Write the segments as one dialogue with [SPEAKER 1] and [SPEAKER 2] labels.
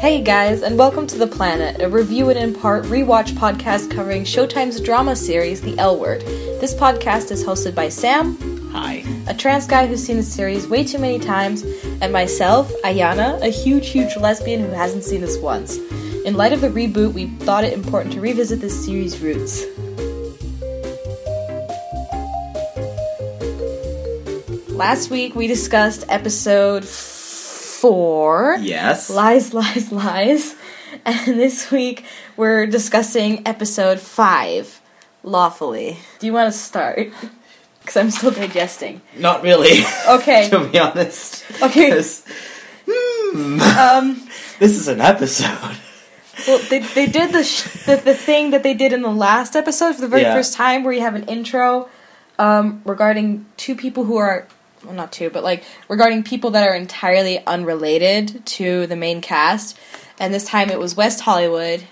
[SPEAKER 1] Hey guys, and welcome to The Planet, a review and in part rewatch podcast covering Showtime's drama series, The L Word. This podcast is hosted by Sam,
[SPEAKER 2] Hi.
[SPEAKER 1] a trans guy who's seen the series way too many times, and myself, Ayana, a huge, huge lesbian who hasn't seen this once. In light of the reboot, we thought it important to revisit this series' roots. Last week, we discussed episode four.
[SPEAKER 2] Yes.
[SPEAKER 1] Lies, lies, lies. And this week we're discussing episode five, lawfully. Do you want to start? Because I'm still digesting.
[SPEAKER 2] Not really.
[SPEAKER 1] Okay.
[SPEAKER 2] to be honest.
[SPEAKER 1] Okay.
[SPEAKER 2] 'Cause, hmm,
[SPEAKER 1] Um.
[SPEAKER 2] this is an episode.
[SPEAKER 1] Well, they they did the sh- the, the thing that they did in the last episode for the very
[SPEAKER 2] Yeah.
[SPEAKER 1] first time, where you have an intro um, regarding two people who are well, not two, but like regarding people that are entirely unrelated to the main cast. And this time it was West Hollywood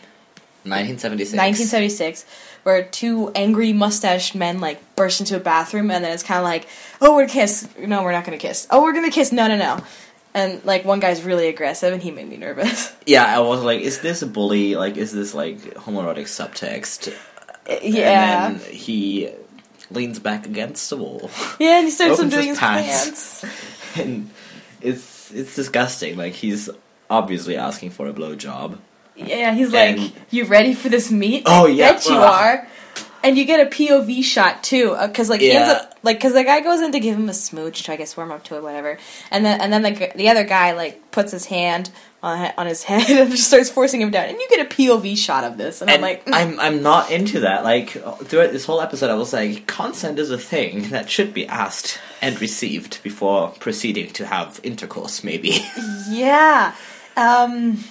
[SPEAKER 2] 1976.
[SPEAKER 1] 1976, where two angry mustached men like burst into a bathroom, and then it's kind of like, oh, we're gonna kiss. No, we're not gonna kiss. Oh, we're gonna kiss. No, no, no. And like one guy's really aggressive, and he made me nervous.
[SPEAKER 2] Yeah, I was like, is this a bully? Like, is this like homoerotic subtext?
[SPEAKER 1] yeah,
[SPEAKER 2] And then he leans back against the wall,
[SPEAKER 1] yeah, and he starts him
[SPEAKER 2] opens
[SPEAKER 1] doing
[SPEAKER 2] his
[SPEAKER 1] his
[SPEAKER 2] pants.
[SPEAKER 1] pants.
[SPEAKER 2] and it's it's disgusting. Like he's obviously asking for a blowjob.
[SPEAKER 1] Yeah, he's
[SPEAKER 2] And-
[SPEAKER 1] like, you ready for this meet?
[SPEAKER 2] Oh, yeah.
[SPEAKER 1] bet you
[SPEAKER 2] Ugh.
[SPEAKER 1] are. And you get a POV shot too, because like he ends
[SPEAKER 2] Yeah.
[SPEAKER 1] up like because the guy goes in to give him a smooch to I guess warm up to it, whatever. And then and then the g- the other guy like puts his hand on, on his head and just starts forcing him down. And you get a POV shot of this, and,
[SPEAKER 2] And
[SPEAKER 1] I'm like, mm,
[SPEAKER 2] I'm I'm not into that. Like throughout this whole episode, I was like, consent is a thing that should be asked and received before proceeding to have intercourse. Maybe.
[SPEAKER 1] yeah. Um,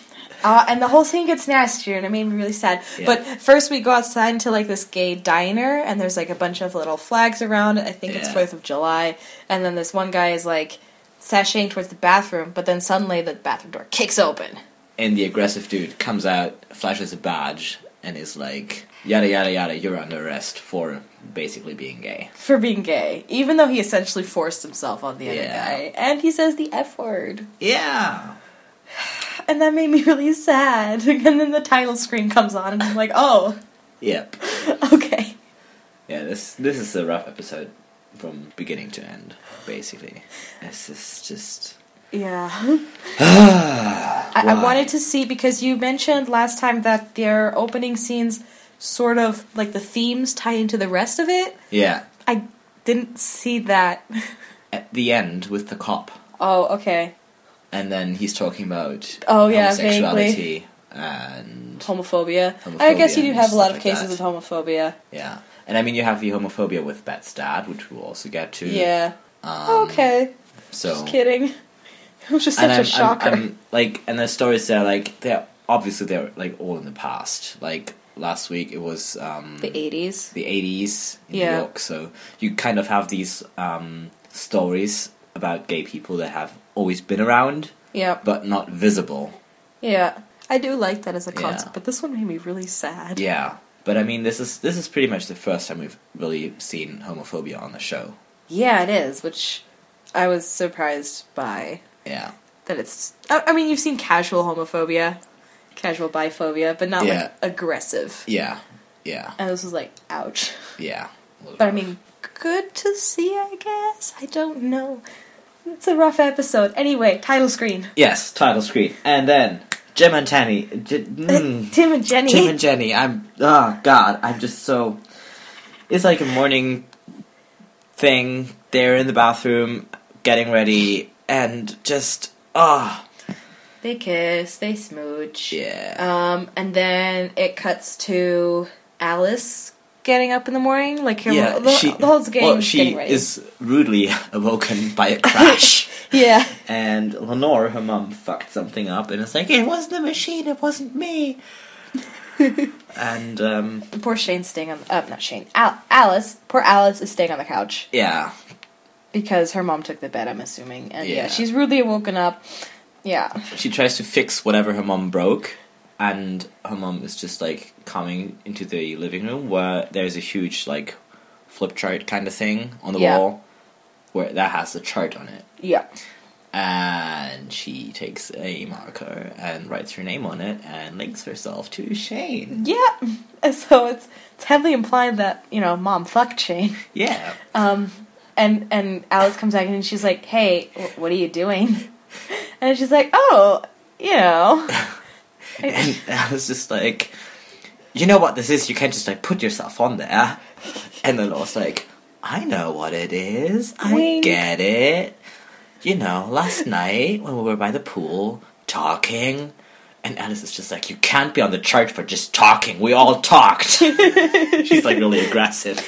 [SPEAKER 1] uh, and the whole thing gets nastier, and it made me really sad.
[SPEAKER 2] Yeah.
[SPEAKER 1] But first, we go outside into like this gay diner, and there's like a bunch of little flags around. I think it's
[SPEAKER 2] Yeah.
[SPEAKER 1] Fourth of July, and then this one guy is like sashaying towards the bathroom, but then suddenly the bathroom door kicks open.
[SPEAKER 2] and the aggressive dude comes out, flashes a badge, and is like, yada yada yada, you're under arrest for basically being gay.
[SPEAKER 1] for being gay, even though he essentially forced himself on the other
[SPEAKER 2] Yeah.
[SPEAKER 1] guy. And he says the F word.
[SPEAKER 2] Yeah.
[SPEAKER 1] And that made me really sad. And then the title screen comes on, and I'm like, oh,
[SPEAKER 2] Yep.
[SPEAKER 1] okay.
[SPEAKER 2] Yeah. This this is a rough episode from beginning to end, basically. This is just.
[SPEAKER 1] Yeah. I, I
[SPEAKER 2] Why?
[SPEAKER 1] wanted to see because you mentioned last time that their opening scenes sort of like the themes tie into the rest of it.
[SPEAKER 2] Yeah.
[SPEAKER 1] I didn't see that.
[SPEAKER 2] At the end with the cop.
[SPEAKER 1] Oh, okay.
[SPEAKER 2] and then he's talking about
[SPEAKER 1] Oh, yeah,
[SPEAKER 2] homosexuality and
[SPEAKER 1] Homophobia. I guess you
[SPEAKER 2] Homophobia
[SPEAKER 1] do
[SPEAKER 2] and
[SPEAKER 1] have a lot
[SPEAKER 2] stuff
[SPEAKER 1] of
[SPEAKER 2] like
[SPEAKER 1] cases
[SPEAKER 2] that.
[SPEAKER 1] of homophobia.
[SPEAKER 2] yeah and i mean you have the homophobia with Bet's dad which we'll also get to
[SPEAKER 1] Yeah.
[SPEAKER 2] um,
[SPEAKER 1] okay.
[SPEAKER 2] so
[SPEAKER 1] Just kidding. It was just such
[SPEAKER 2] and I'm,
[SPEAKER 1] a shocker.
[SPEAKER 2] I'm, I'm like and the stories there like they're obviously they're like all in the past like last week it was um
[SPEAKER 1] the 80s.
[SPEAKER 2] the 80s in
[SPEAKER 1] Yeah.
[SPEAKER 2] New York. So you kind of have these um, stories about gay people that have always been around
[SPEAKER 1] Yep.
[SPEAKER 2] but not visible.
[SPEAKER 1] Yeah. I do like that as a concept,
[SPEAKER 2] Yeah.
[SPEAKER 1] but this one made me really sad.
[SPEAKER 2] Yeah, but I mean, this is this is pretty much the first time we've really seen homophobia on the show.
[SPEAKER 1] Yeah, it is, which I was surprised by.
[SPEAKER 2] Yeah,
[SPEAKER 1] That it's. I, I mean, you've seen casual homophobia, casual biphobia, but not
[SPEAKER 2] Yeah.
[SPEAKER 1] like aggressive.
[SPEAKER 2] yeah, yeah,
[SPEAKER 1] And this was like, ouch.
[SPEAKER 2] yeah.
[SPEAKER 1] But I mean, good to see, I guess. I don't know. It's a rough episode. Anyway, title screen.
[SPEAKER 2] yes, title screen, and then Jim and Tanny, J- mm,
[SPEAKER 1] Tim and Jenny.
[SPEAKER 2] Jim and Jenny. I'm oh god, I'm just so. It's like a morning thing. They're in the bathroom getting ready, and just ah,
[SPEAKER 1] they kiss, they smooch.
[SPEAKER 2] yeah,
[SPEAKER 1] Um, and then it cuts to Alice getting up in the morning, like her,
[SPEAKER 2] yeah.
[SPEAKER 1] the,
[SPEAKER 2] she,
[SPEAKER 1] the whole gang
[SPEAKER 2] well,
[SPEAKER 1] is
[SPEAKER 2] she
[SPEAKER 1] getting ready.
[SPEAKER 2] is rudely awoken by a crash.
[SPEAKER 1] yeah,
[SPEAKER 2] And Lenore, her mum, fucked something up, and it's like, it wasn't the machine, it wasn't me. and, um,
[SPEAKER 1] poor Shane's staying on. Uh, not Shane. Al- Alice, poor Alice is staying on the couch
[SPEAKER 2] yeah.
[SPEAKER 1] because her mom took the bed. I'm assuming, and yeah,
[SPEAKER 2] Yeah.
[SPEAKER 1] she's rudely woken up. Yeah,
[SPEAKER 2] She tries to fix whatever her mum broke, and her mum is just, like, coming into the living room where there's a huge, like, flip chart kind of thing on the
[SPEAKER 1] Yeah.
[SPEAKER 2] wall where that has a chart on it.
[SPEAKER 1] yeah.
[SPEAKER 2] and she takes a marker and writes her name on it and links herself to Shane.
[SPEAKER 1] Yeah. And so it's it's heavily implied that you know, mom fucked Shane.
[SPEAKER 2] Yeah.
[SPEAKER 1] Um, and and Alice comes back in and she's like, "Hey, wh- what are you doing?" And she's like, "Oh, you know."
[SPEAKER 2] And I was just like, you know what this is? You can't just like put yourself on there. And then I was like, I know what it is. I
[SPEAKER 1] Wink.
[SPEAKER 2] get it. You know, last night when we were by the pool talking, and Alice is just like, you can't be on the charge for just talking. We all talked. She's like really aggressive.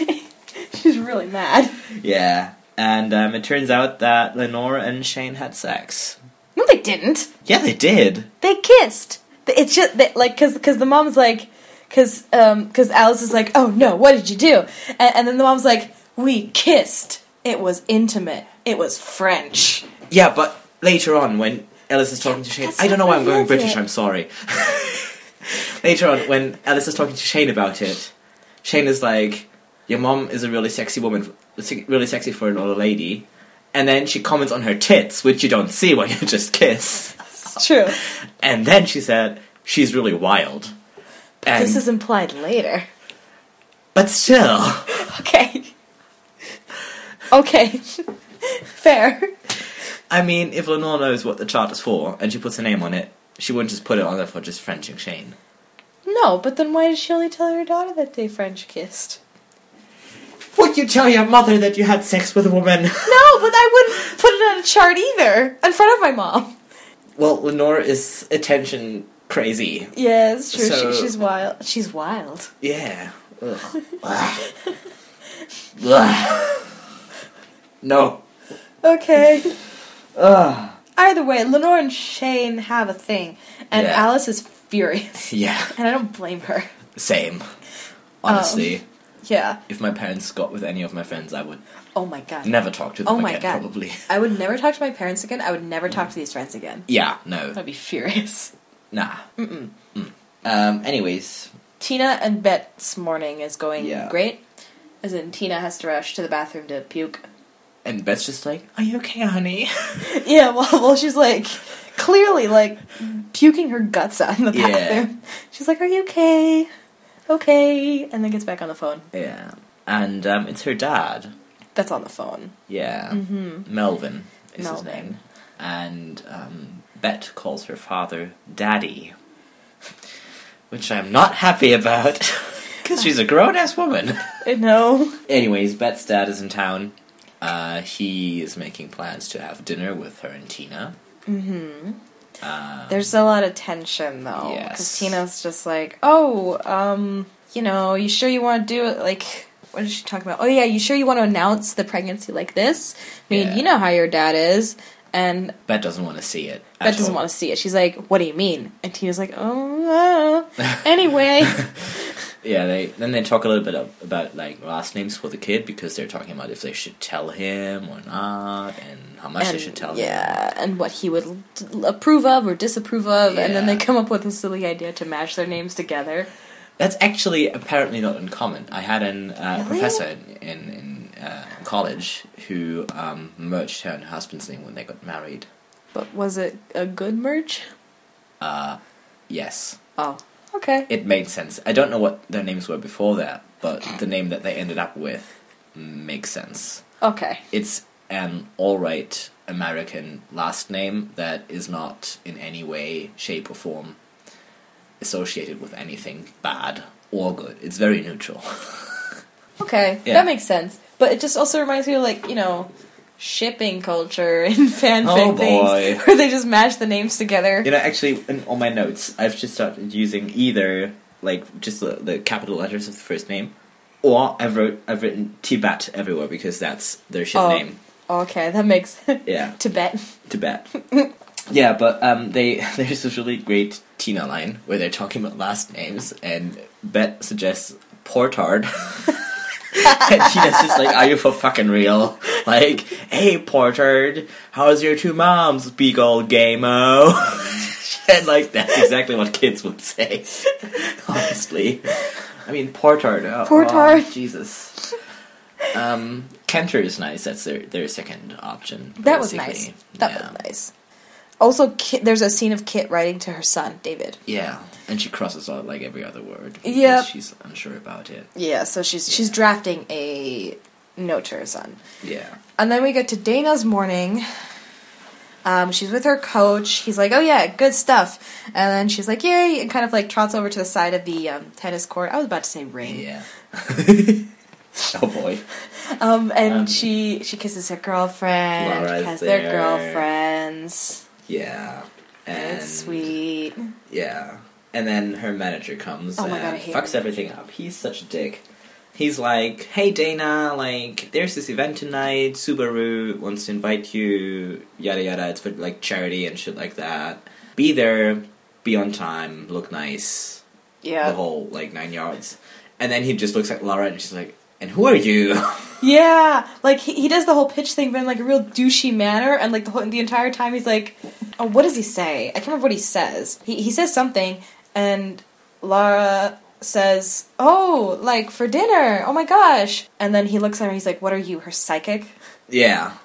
[SPEAKER 1] she's really mad.
[SPEAKER 2] Yeah. And um, it turns out that Lenore and Shane had sex.
[SPEAKER 1] No, they didn't.
[SPEAKER 2] Yeah, they did.
[SPEAKER 1] They kissed. It's just that, like, cause, cause the mom's like, cause, um, cause Alice is like, "Oh no, what did you do?" And, and then the mom's like, "We kissed. It was intimate. It was French."
[SPEAKER 2] Yeah, but later on when Alice is talking to Shane,
[SPEAKER 1] That's
[SPEAKER 2] I don't know why I'm going
[SPEAKER 1] not it.
[SPEAKER 2] British. I'm sorry. later on when Alice is talking to Shane about it, Shane is like, "Your mom is a really sexy woman, really sexy for an older lady," and then she comments on her tits, which you don't see when you just kiss.
[SPEAKER 1] It's true.
[SPEAKER 2] And then she said, "She's really wild." And,
[SPEAKER 1] this is implied later.
[SPEAKER 2] but still.
[SPEAKER 1] Okay. Okay. Fair.
[SPEAKER 2] I mean, if Lenore knows what the chart is for and she puts her name on it, she wouldn't just put it on there for just Frenching Shane.
[SPEAKER 1] No, but then why did she only tell her daughter that they French kissed?
[SPEAKER 2] Would you tell your mother that you had sex with a woman?
[SPEAKER 1] No, but I wouldn't put it on a chart either. In front of my mom.
[SPEAKER 2] well, Lenore is attention crazy.
[SPEAKER 1] Yeah, it's true.
[SPEAKER 2] So-
[SPEAKER 1] she, she's wild. She's wild.
[SPEAKER 2] Yeah. Ugh. Ugh. Ugh. no.
[SPEAKER 1] Okay.
[SPEAKER 2] Ugh.
[SPEAKER 1] Either way, Lenore and Shane have a thing, and
[SPEAKER 2] Yeah.
[SPEAKER 1] Alice is furious.
[SPEAKER 2] Yeah,
[SPEAKER 1] And I don't blame her.
[SPEAKER 2] same. Honestly,
[SPEAKER 1] Oh. Yeah.
[SPEAKER 2] if my parents got with any of my friends, I would
[SPEAKER 1] Oh my god.
[SPEAKER 2] never talk to them
[SPEAKER 1] Oh my
[SPEAKER 2] again,
[SPEAKER 1] god.
[SPEAKER 2] probably.
[SPEAKER 1] I would never talk to my parents again. I would never talk to these friends again.
[SPEAKER 2] Yeah, no.
[SPEAKER 1] I'd be furious.
[SPEAKER 2] Nah. Mm-mm. Um, anyways,
[SPEAKER 1] Tina and Bet's morning is going
[SPEAKER 2] Yeah.
[SPEAKER 1] great. As in, Tina has to rush to the bathroom to puke.
[SPEAKER 2] And Beth's just like, Are you okay, honey?
[SPEAKER 1] Yeah, well, well, she's like clearly like puking her guts out in the
[SPEAKER 2] Yeah.
[SPEAKER 1] bathroom. She's like, "Are you okay? Okay," and then gets back on the phone.
[SPEAKER 2] Yeah. And um, it's her dad.
[SPEAKER 1] That's on the phone.
[SPEAKER 2] Yeah. Mm-hmm. Melvin is
[SPEAKER 1] Melvin.
[SPEAKER 2] his name. And um, Bet calls her father Daddy. Which I'm not happy about. Because she's a grown ass woman.
[SPEAKER 1] I know.
[SPEAKER 2] Anyways, Bet's dad is in town. Uh, he is making plans to have dinner with her and Tina. Mm hmm. Uh,
[SPEAKER 1] There's a lot of tension though, because
[SPEAKER 2] Yes.
[SPEAKER 1] Tina's just like, "Oh, um, you know, you sure you want to do it? Like, what is she talking about? Oh yeah, you sure you want to announce the pregnancy like this? I mean,
[SPEAKER 2] Yeah.
[SPEAKER 1] you know how your dad is." And
[SPEAKER 2] Bet doesn't want to see it.
[SPEAKER 1] Beth doesn't want to see it. She's like, "What do you mean?" And Tina's like, "Oh, I don't know." anyway."
[SPEAKER 2] Yeah, they then they talk a little bit of, about like last names for the kid because they're talking about if they should tell him or not, and how much they should tell him.
[SPEAKER 1] yeah, and what he would l- t- approve of or disapprove of, and then
[SPEAKER 2] Yeah.
[SPEAKER 1] they come up with a silly idea to mash their names together.
[SPEAKER 2] That's actually apparently not uncommon. I had an uh,
[SPEAKER 1] Really?
[SPEAKER 2] professor in in, in uh, college who um, merged her and her husband's name when they got married.
[SPEAKER 1] But was it a good merge?
[SPEAKER 2] Uh, yes,
[SPEAKER 1] Oh, okay.
[SPEAKER 2] it made sense. I don't know what their names were before that, but the name that they ended up with makes sense.
[SPEAKER 1] Okay.
[SPEAKER 2] it's an alright American last name that is not in any way, shape, or form associated with anything bad or good. It's very neutral.
[SPEAKER 1] Okay.
[SPEAKER 2] Yeah.
[SPEAKER 1] That makes sense. But it just also reminds me of, like, you know, shipping culture and fanfic
[SPEAKER 2] Oh, boy.
[SPEAKER 1] things where they just mash the names together.
[SPEAKER 2] you know, actually, in all my notes, I've just started using either like just the, the capital letters of the first name, or I've wrote I've written Tibet everywhere because that's their ship
[SPEAKER 1] Oh.
[SPEAKER 2] name.
[SPEAKER 1] Okay, that makes
[SPEAKER 2] Yeah.
[SPEAKER 1] Tibet.
[SPEAKER 2] Tibet. yeah, but um, they there's this really great Tina line where they're talking about last names, and Bet suggests Portard. and Tina's just like, "Are you for fucking real? Like, hey Portard, how's your two moms, big old gameo?" and like, that's exactly what kids would say. Honestly, I mean Portard. Oh, oh,
[SPEAKER 1] Portard.
[SPEAKER 2] Jesus. Um, Kenter is nice. That's their their second option.
[SPEAKER 1] That was
[SPEAKER 2] basically.
[SPEAKER 1] nice. That
[SPEAKER 2] yeah.
[SPEAKER 1] was nice. Also, Kit, there's a scene of Kit writing to her son, David.
[SPEAKER 2] Yeah, and she crosses out like every other word. because
[SPEAKER 1] Yep.
[SPEAKER 2] she's unsure about it.
[SPEAKER 1] Yeah, so she's she's drafting a note to her son.
[SPEAKER 2] Yeah,
[SPEAKER 1] And then we get to Dana's morning. Um, she's with her coach. He's like, "Oh yeah, good stuff." And then she's like, "Yay!" and kind of like trots over to the side of the um, tennis court. I was about to say ring.
[SPEAKER 2] yeah. oh boy,
[SPEAKER 1] Um, and
[SPEAKER 2] Um,
[SPEAKER 1] she she kisses her girlfriend.
[SPEAKER 2] Laura's
[SPEAKER 1] has their
[SPEAKER 2] there.
[SPEAKER 1] girlfriends.
[SPEAKER 2] yeah. And
[SPEAKER 1] it's sweet.
[SPEAKER 2] Yeah, and then her manager comes
[SPEAKER 1] Oh
[SPEAKER 2] and
[SPEAKER 1] my God, I hate
[SPEAKER 2] fucks
[SPEAKER 1] him.
[SPEAKER 2] everything up. He's such a dick. He's like, "Hey Dana, like, there's this event tonight. Subaru wants to invite you. Yada yada. It's for like charity and shit like that. Be there. Be on time. Look nice." the
[SPEAKER 1] Yeah.
[SPEAKER 2] whole like nine yards. And then he just looks at Laura and she's like, "And who are you?"
[SPEAKER 1] Yeah. Like he, he does the whole pitch thing, but in like a real douchey manner, and like the whole, the entire time he's like, "Oh, what does he say? I can't remember what he says. He he says something, and Laura says, "Oh, like for dinner. Oh my gosh." And then he looks at her. and He's like, "What are you? Her psychic?"
[SPEAKER 2] yeah,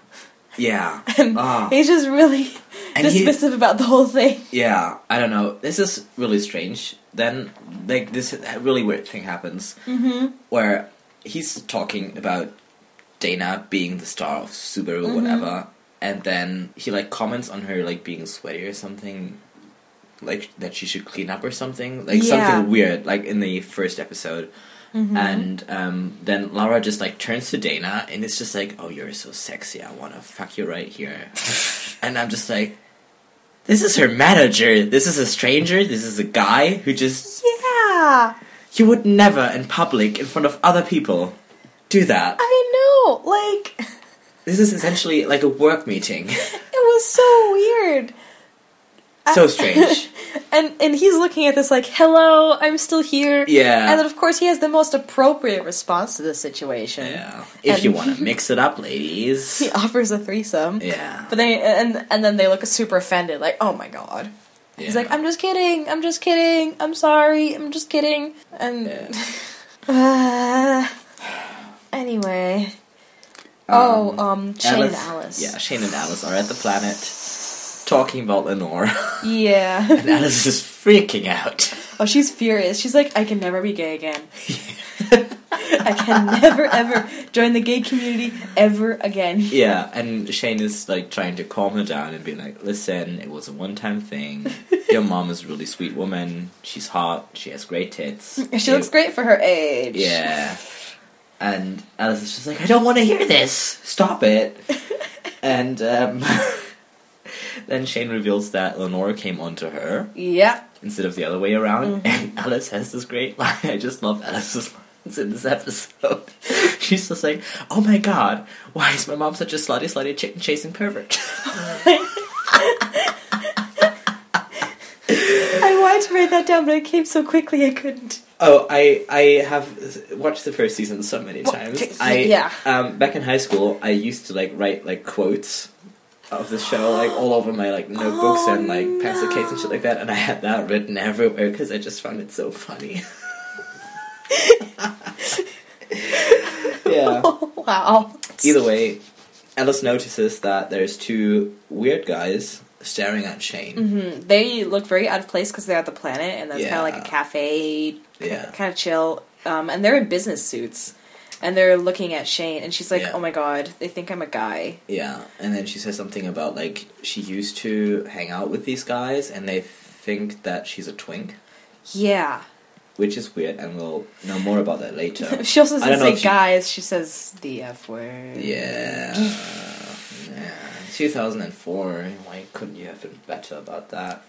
[SPEAKER 2] yeah,
[SPEAKER 1] And
[SPEAKER 2] Ah.
[SPEAKER 1] he's just really
[SPEAKER 2] And he-
[SPEAKER 1] dismissive about the whole thing.
[SPEAKER 2] yeah. I don't know. This is really strange. Then like this really weird thing happens where he's talking about Dana being the star of Subaru or whatever, and then he like comments on her like being sweaty or something. Like that, she should clean up or something, like
[SPEAKER 1] Yeah.
[SPEAKER 2] something weird, like in the first episode. And um, then Laura just like turns to Dana and it's just like, "Oh, you're so sexy. I want to fuck you right here." and I'm just like, "This is her manager. This is a stranger. This is a guy who just
[SPEAKER 1] Yeah.
[SPEAKER 2] you would never in public in front of other people do that.
[SPEAKER 1] I know. Like it
[SPEAKER 2] This is essentially like a work meeting.
[SPEAKER 1] was so weird.
[SPEAKER 2] so strange.
[SPEAKER 1] And and he's looking at this like, "Hello, I'm still here."
[SPEAKER 2] Yeah.
[SPEAKER 1] And then of course he has the most appropriate response to the situation.
[SPEAKER 2] Yeah. If you want to mix it up, ladies.
[SPEAKER 1] He offers a threesome.
[SPEAKER 2] Yeah.
[SPEAKER 1] But they and and then they look super offended like, "Oh my god." He's like,
[SPEAKER 2] Yeah.
[SPEAKER 1] "I'm just kidding. I'm just kidding. I'm sorry. I'm just kidding." And
[SPEAKER 2] Yeah.
[SPEAKER 1] Uh, anyway. oh,
[SPEAKER 2] Um,
[SPEAKER 1] um Shane and
[SPEAKER 2] Alice-
[SPEAKER 1] Alice.
[SPEAKER 2] Yeah, Shane and Alice are at the planet talking about Lenore.
[SPEAKER 1] Yeah.
[SPEAKER 2] And Alice is freaking out.
[SPEAKER 1] Oh, she's furious. She's like, I can never be gay again. I can never, ever join the gay community ever again.
[SPEAKER 2] Yeah, and Shane is like trying to calm her down and being like, listen, it was a one time thing. Your mom is a really sweet woman. She's hot. She has great tits.
[SPEAKER 1] She looks great for her age.
[SPEAKER 2] Yeah. And Alice is just like, I don't want to hear this. Stop it. and um, then Shane reveals that Lenore came onto her
[SPEAKER 1] Yeah.
[SPEAKER 2] instead of the other way
[SPEAKER 1] Mm.
[SPEAKER 2] around. And Alice has this great line. I just love Alice's lines in this episode. She's just like, "Oh my god, why is my mom such a slutty, slutty chicken chasing pervert?"
[SPEAKER 1] I wanted to write that down, but it came so quickly I couldn't.
[SPEAKER 2] Oh, I I have watched the first season so many
[SPEAKER 1] Well,
[SPEAKER 2] times.
[SPEAKER 1] t-
[SPEAKER 2] I
[SPEAKER 1] yeah.
[SPEAKER 2] Um, back in high school, I used to like write like quotes of the show like all over my like notebooks
[SPEAKER 1] Oh,
[SPEAKER 2] and like pencil case and shit like that, and I had that written everywhere because I just found it so funny. yeah.
[SPEAKER 1] wow.
[SPEAKER 2] Either way, Alice notices that there's two weird guys staring at Shane.
[SPEAKER 1] Mhm. They look very out of place because they're at the planet, and that's kind
[SPEAKER 2] Yeah.
[SPEAKER 1] of like a cafe,
[SPEAKER 2] Yeah.
[SPEAKER 1] kind of chill. Um, and they're in business suits, and they're looking at Shane, and she's like,
[SPEAKER 2] Yeah.
[SPEAKER 1] "Oh my god, they think I'm a guy."
[SPEAKER 2] Yeah, and then she says something about like she used to hang out with these guys and they think that she's a twink,
[SPEAKER 1] Yeah.
[SPEAKER 2] which is weird, and we'll know more about that later.
[SPEAKER 1] She also
[SPEAKER 2] I don't
[SPEAKER 1] doesn't
[SPEAKER 2] know
[SPEAKER 1] say
[SPEAKER 2] if she-
[SPEAKER 1] guys, she says the F word.
[SPEAKER 2] yeah. yeah. 2004, why couldn't you have been better about that?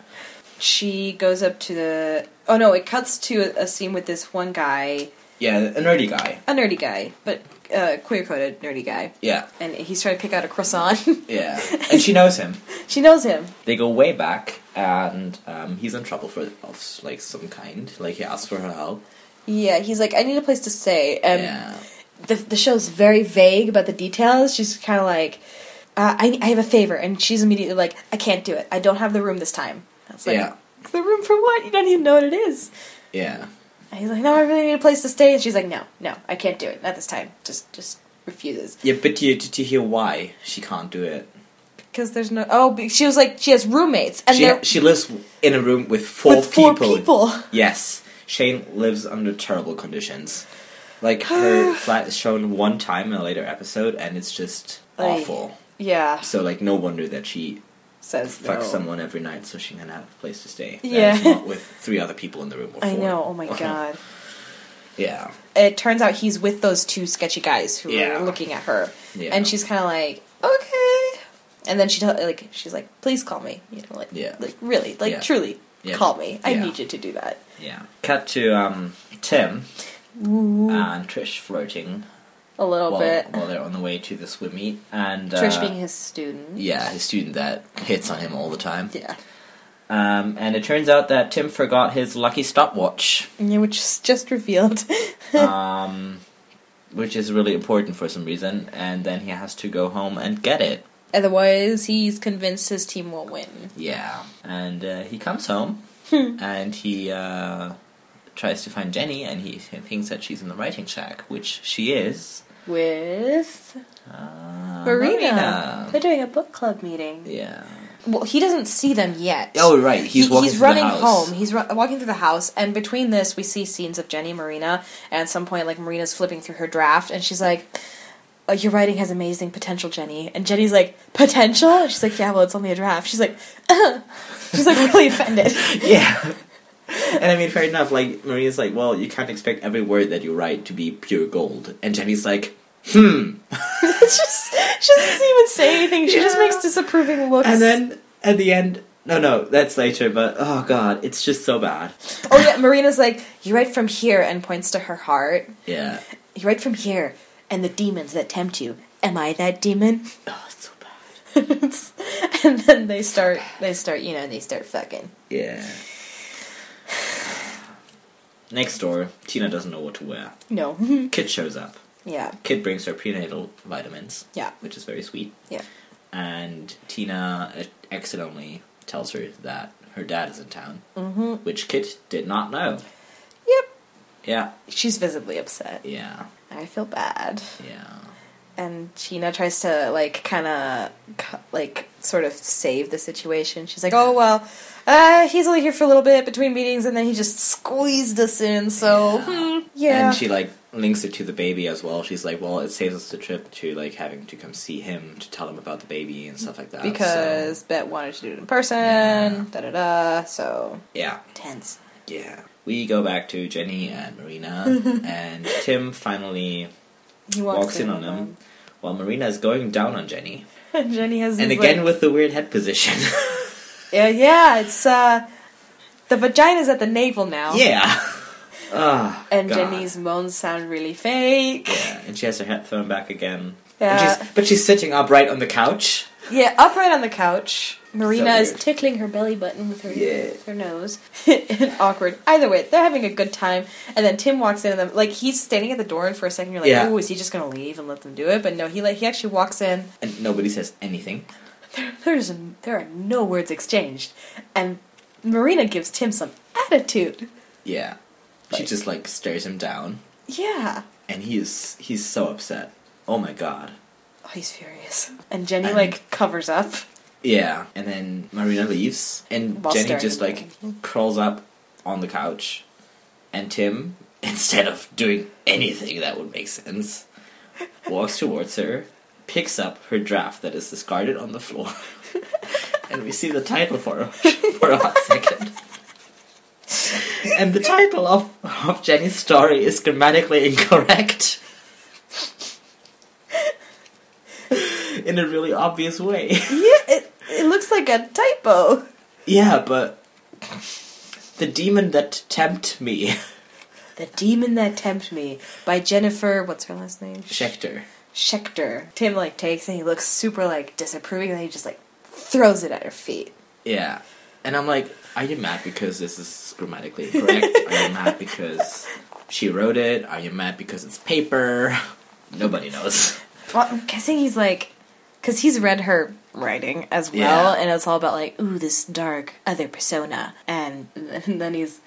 [SPEAKER 1] She goes up to the. Oh no, it cuts to a, a scene with this one guy,
[SPEAKER 2] Yeah, a nerdy guy.
[SPEAKER 1] a nerdy guy, but uh, queer coded nerdy guy.
[SPEAKER 2] Yeah,
[SPEAKER 1] And he's trying to pick out a croissant.
[SPEAKER 2] yeah. and she knows him.
[SPEAKER 1] she knows him.
[SPEAKER 2] They go way back, and um, he's in trouble for of like some kind. Like he asks for her help.
[SPEAKER 1] Yeah, he's like, I need a place to stay. And
[SPEAKER 2] yeah,
[SPEAKER 1] the, the show's very vague about the details. She's kind of like, uh, I, I have a favor. And she's immediately like, I can't do it. I don't have the room this time. That's like,
[SPEAKER 2] Yeah.
[SPEAKER 1] the room for what? You don't even know what it is.
[SPEAKER 2] yeah.
[SPEAKER 1] And he's like, no, I really need a place to stay. And she's like, no, no, I can't do it. Not this time. Just, just refuses
[SPEAKER 2] Yeah, but to, to, to hear why she can't do it.
[SPEAKER 1] because there's no. Oh, be- she was like she has roommates and
[SPEAKER 2] she,
[SPEAKER 1] they're
[SPEAKER 2] she lives in a room with four,
[SPEAKER 1] with four
[SPEAKER 2] people.
[SPEAKER 1] people.
[SPEAKER 2] Yes, Shane lives under terrible conditions. Like her flat is shown one time in a later episode, and it's just
[SPEAKER 1] Aye.
[SPEAKER 2] awful.
[SPEAKER 1] Yeah,
[SPEAKER 2] So like, no wonder that she
[SPEAKER 1] says
[SPEAKER 2] fucks
[SPEAKER 1] no.
[SPEAKER 2] someone every night so she can have a place to stay. That
[SPEAKER 1] Yeah.
[SPEAKER 2] is not with three other people in the room. Or
[SPEAKER 1] I
[SPEAKER 2] four.
[SPEAKER 1] know. Oh my god.
[SPEAKER 2] yeah,
[SPEAKER 1] It turns out he's with those two sketchy guys who
[SPEAKER 2] Yeah.
[SPEAKER 1] are looking at her,
[SPEAKER 2] yeah,
[SPEAKER 1] and she's kind of like, okay. And then she tell like she's like, please call me. You know, like,
[SPEAKER 2] Yeah.
[SPEAKER 1] like really, like
[SPEAKER 2] Yeah.
[SPEAKER 1] truly,
[SPEAKER 2] Yeah.
[SPEAKER 1] call me. I
[SPEAKER 2] Yeah.
[SPEAKER 1] need you to do that.
[SPEAKER 2] yeah. Cut to um Tim uh, and Trish flirting
[SPEAKER 1] A little
[SPEAKER 2] while,
[SPEAKER 1] bit.
[SPEAKER 2] while they're on the way to the swim meet, and uh,
[SPEAKER 1] Trish being his student.
[SPEAKER 2] yeah, his student that hits on him all the time.
[SPEAKER 1] Yeah.
[SPEAKER 2] Um, and it turns out that Tim forgot his lucky stopwatch,
[SPEAKER 1] Yeah, which is just revealed.
[SPEAKER 2] um, which is really important for some reason, and then he has to go home and get it.
[SPEAKER 1] Otherwise, he's convinced his team will win.
[SPEAKER 2] Yeah. And uh, he comes home
[SPEAKER 1] Hmm.
[SPEAKER 2] and he uh, tries to find Jenny, and he thinks that she's in the writing shack, which she is.
[SPEAKER 1] With
[SPEAKER 2] Uh,
[SPEAKER 1] Marina. They're
[SPEAKER 2] Marina.
[SPEAKER 1] doing a book club meeting.
[SPEAKER 2] Yeah.
[SPEAKER 1] Well, he doesn't see them yet.
[SPEAKER 2] Oh, right. He's
[SPEAKER 1] He-
[SPEAKER 2] walking
[SPEAKER 1] he's
[SPEAKER 2] through the
[SPEAKER 1] running
[SPEAKER 2] house.
[SPEAKER 1] home. He's ru- walking through the house, and between this, we see scenes of Jenny, and Marina, and at some point, like Marina's flipping through her draft, and she's like, oh, "Your writing has amazing potential, Jenny." And Jenny's like, "Potential?" And she's like, "Yeah, well, it's only a draft." She's like, she's like really offended.
[SPEAKER 2] yeah. And I mean, fair enough. Like Maria's like, well, you can't expect every word that you write to be pure gold. And Jenny's like, hmm.
[SPEAKER 1] It's just she doesn't even say anything. She just
[SPEAKER 2] Yeah.
[SPEAKER 1] makes disapproving looks.
[SPEAKER 2] And then at the end, no, no, that's later. But oh god, it's just so bad.
[SPEAKER 1] oh yeah, Marina's like, "You write from here," and points to her heart.
[SPEAKER 2] Yeah,
[SPEAKER 1] You write from here, and the demons that tempt you. Am I that demon?
[SPEAKER 2] oh, it's so bad.
[SPEAKER 1] and then they start they start you know they start fucking
[SPEAKER 2] Yeah. Next door, Tina doesn't know what to wear.
[SPEAKER 1] no
[SPEAKER 2] Kid shows up.
[SPEAKER 1] yeah
[SPEAKER 2] Kid brings her prenatal vitamins.
[SPEAKER 1] Yeah.
[SPEAKER 2] which is very sweet.
[SPEAKER 1] yeah
[SPEAKER 2] and Tina uh, accidentally tells her that her dad is in town, mm-hmm. which Kit did not know.
[SPEAKER 1] yep
[SPEAKER 2] Yeah,
[SPEAKER 1] she's visibly upset
[SPEAKER 2] yeah,
[SPEAKER 1] i feel bad
[SPEAKER 2] yeah,
[SPEAKER 1] and Gina tries to like kind of like sort of save the situation she's like oh well uh, he's only here for a little bit between meetings and then he just squeezed us in so
[SPEAKER 2] Yeah.
[SPEAKER 1] hmm, yeah
[SPEAKER 2] And she like links it to the baby as well. She's like, "Well, it saves us the trip to like having to come see him to tell him about the baby and stuff like that." so-
[SPEAKER 1] because bet wanted to do it in person
[SPEAKER 2] Yeah.
[SPEAKER 1] da da da so
[SPEAKER 2] yeah,
[SPEAKER 1] tense
[SPEAKER 2] yeah. We go back to Jenny and Marina, and Tim finally
[SPEAKER 1] he
[SPEAKER 2] walks, in on him. While Marina is going down on Jenny,
[SPEAKER 1] and Jenny has
[SPEAKER 2] and
[SPEAKER 1] these,
[SPEAKER 2] again
[SPEAKER 1] like-
[SPEAKER 2] with the weird head position.
[SPEAKER 1] Yeah, yeah, it's uh the vagina's at the navel now.
[SPEAKER 2] yeah. Ah,
[SPEAKER 1] And
[SPEAKER 2] God.
[SPEAKER 1] Jenny's moans sound really fake.
[SPEAKER 2] Yeah, and she has her head thrown back again. And
[SPEAKER 1] Yeah.
[SPEAKER 2] she's, but she's sitting upright on the couch.
[SPEAKER 1] Yeah, upright on the couch. Marina
[SPEAKER 2] So
[SPEAKER 1] is
[SPEAKER 2] weird.
[SPEAKER 1] tickling her belly button with her
[SPEAKER 2] Yeah.
[SPEAKER 1] her nose. Awkward. Either way, they're having a good time. And then Tim walks in and then, like he's standing at the door and for a second you're like,
[SPEAKER 2] Yeah.
[SPEAKER 1] "Ooh, is he just going to leave and let them do it?" But no, he like he actually walks in.
[SPEAKER 2] And nobody says anything.
[SPEAKER 1] There's there are no words exchanged. And Marina gives Tim some attitude.
[SPEAKER 2] Yeah. She just like stares him down.
[SPEAKER 1] Yeah.
[SPEAKER 2] And he is he's so upset. Oh my god.
[SPEAKER 1] Oh, he's furious. And Jenny
[SPEAKER 2] And-
[SPEAKER 1] like covers up.
[SPEAKER 2] Yeah. And then Marina leaves and
[SPEAKER 1] While
[SPEAKER 2] Jenny
[SPEAKER 1] staring
[SPEAKER 2] just
[SPEAKER 1] at
[SPEAKER 2] like crawls up on the couch. And Tim, instead of doing anything that would make sense, walks towards her, picks up her draft that is discarded on the floor. and we see the title for for a hot second. And the title of, of Jenny's story is grammatically incorrect. In a really obvious way.
[SPEAKER 1] Yeah, it, it looks like a typo.
[SPEAKER 2] Yeah, but the demon that tempt me,
[SPEAKER 1] The Demon That Tempt Me by Jennifer, what's her last name?
[SPEAKER 2] Schechter.
[SPEAKER 1] Schechter. Tim like takes it and he looks super like disapproving and he just like throws it at her feet.
[SPEAKER 2] Yeah, and I'm like, are you mad because this is grammatically incorrect? are you mad because she wrote it? Are you mad because it's paper? Nobody knows.
[SPEAKER 1] Well, I'm guessing he's like, because he's read her writing as well,
[SPEAKER 2] Yeah.
[SPEAKER 1] and it's all about like, ooh, this dark other persona, and, and then he's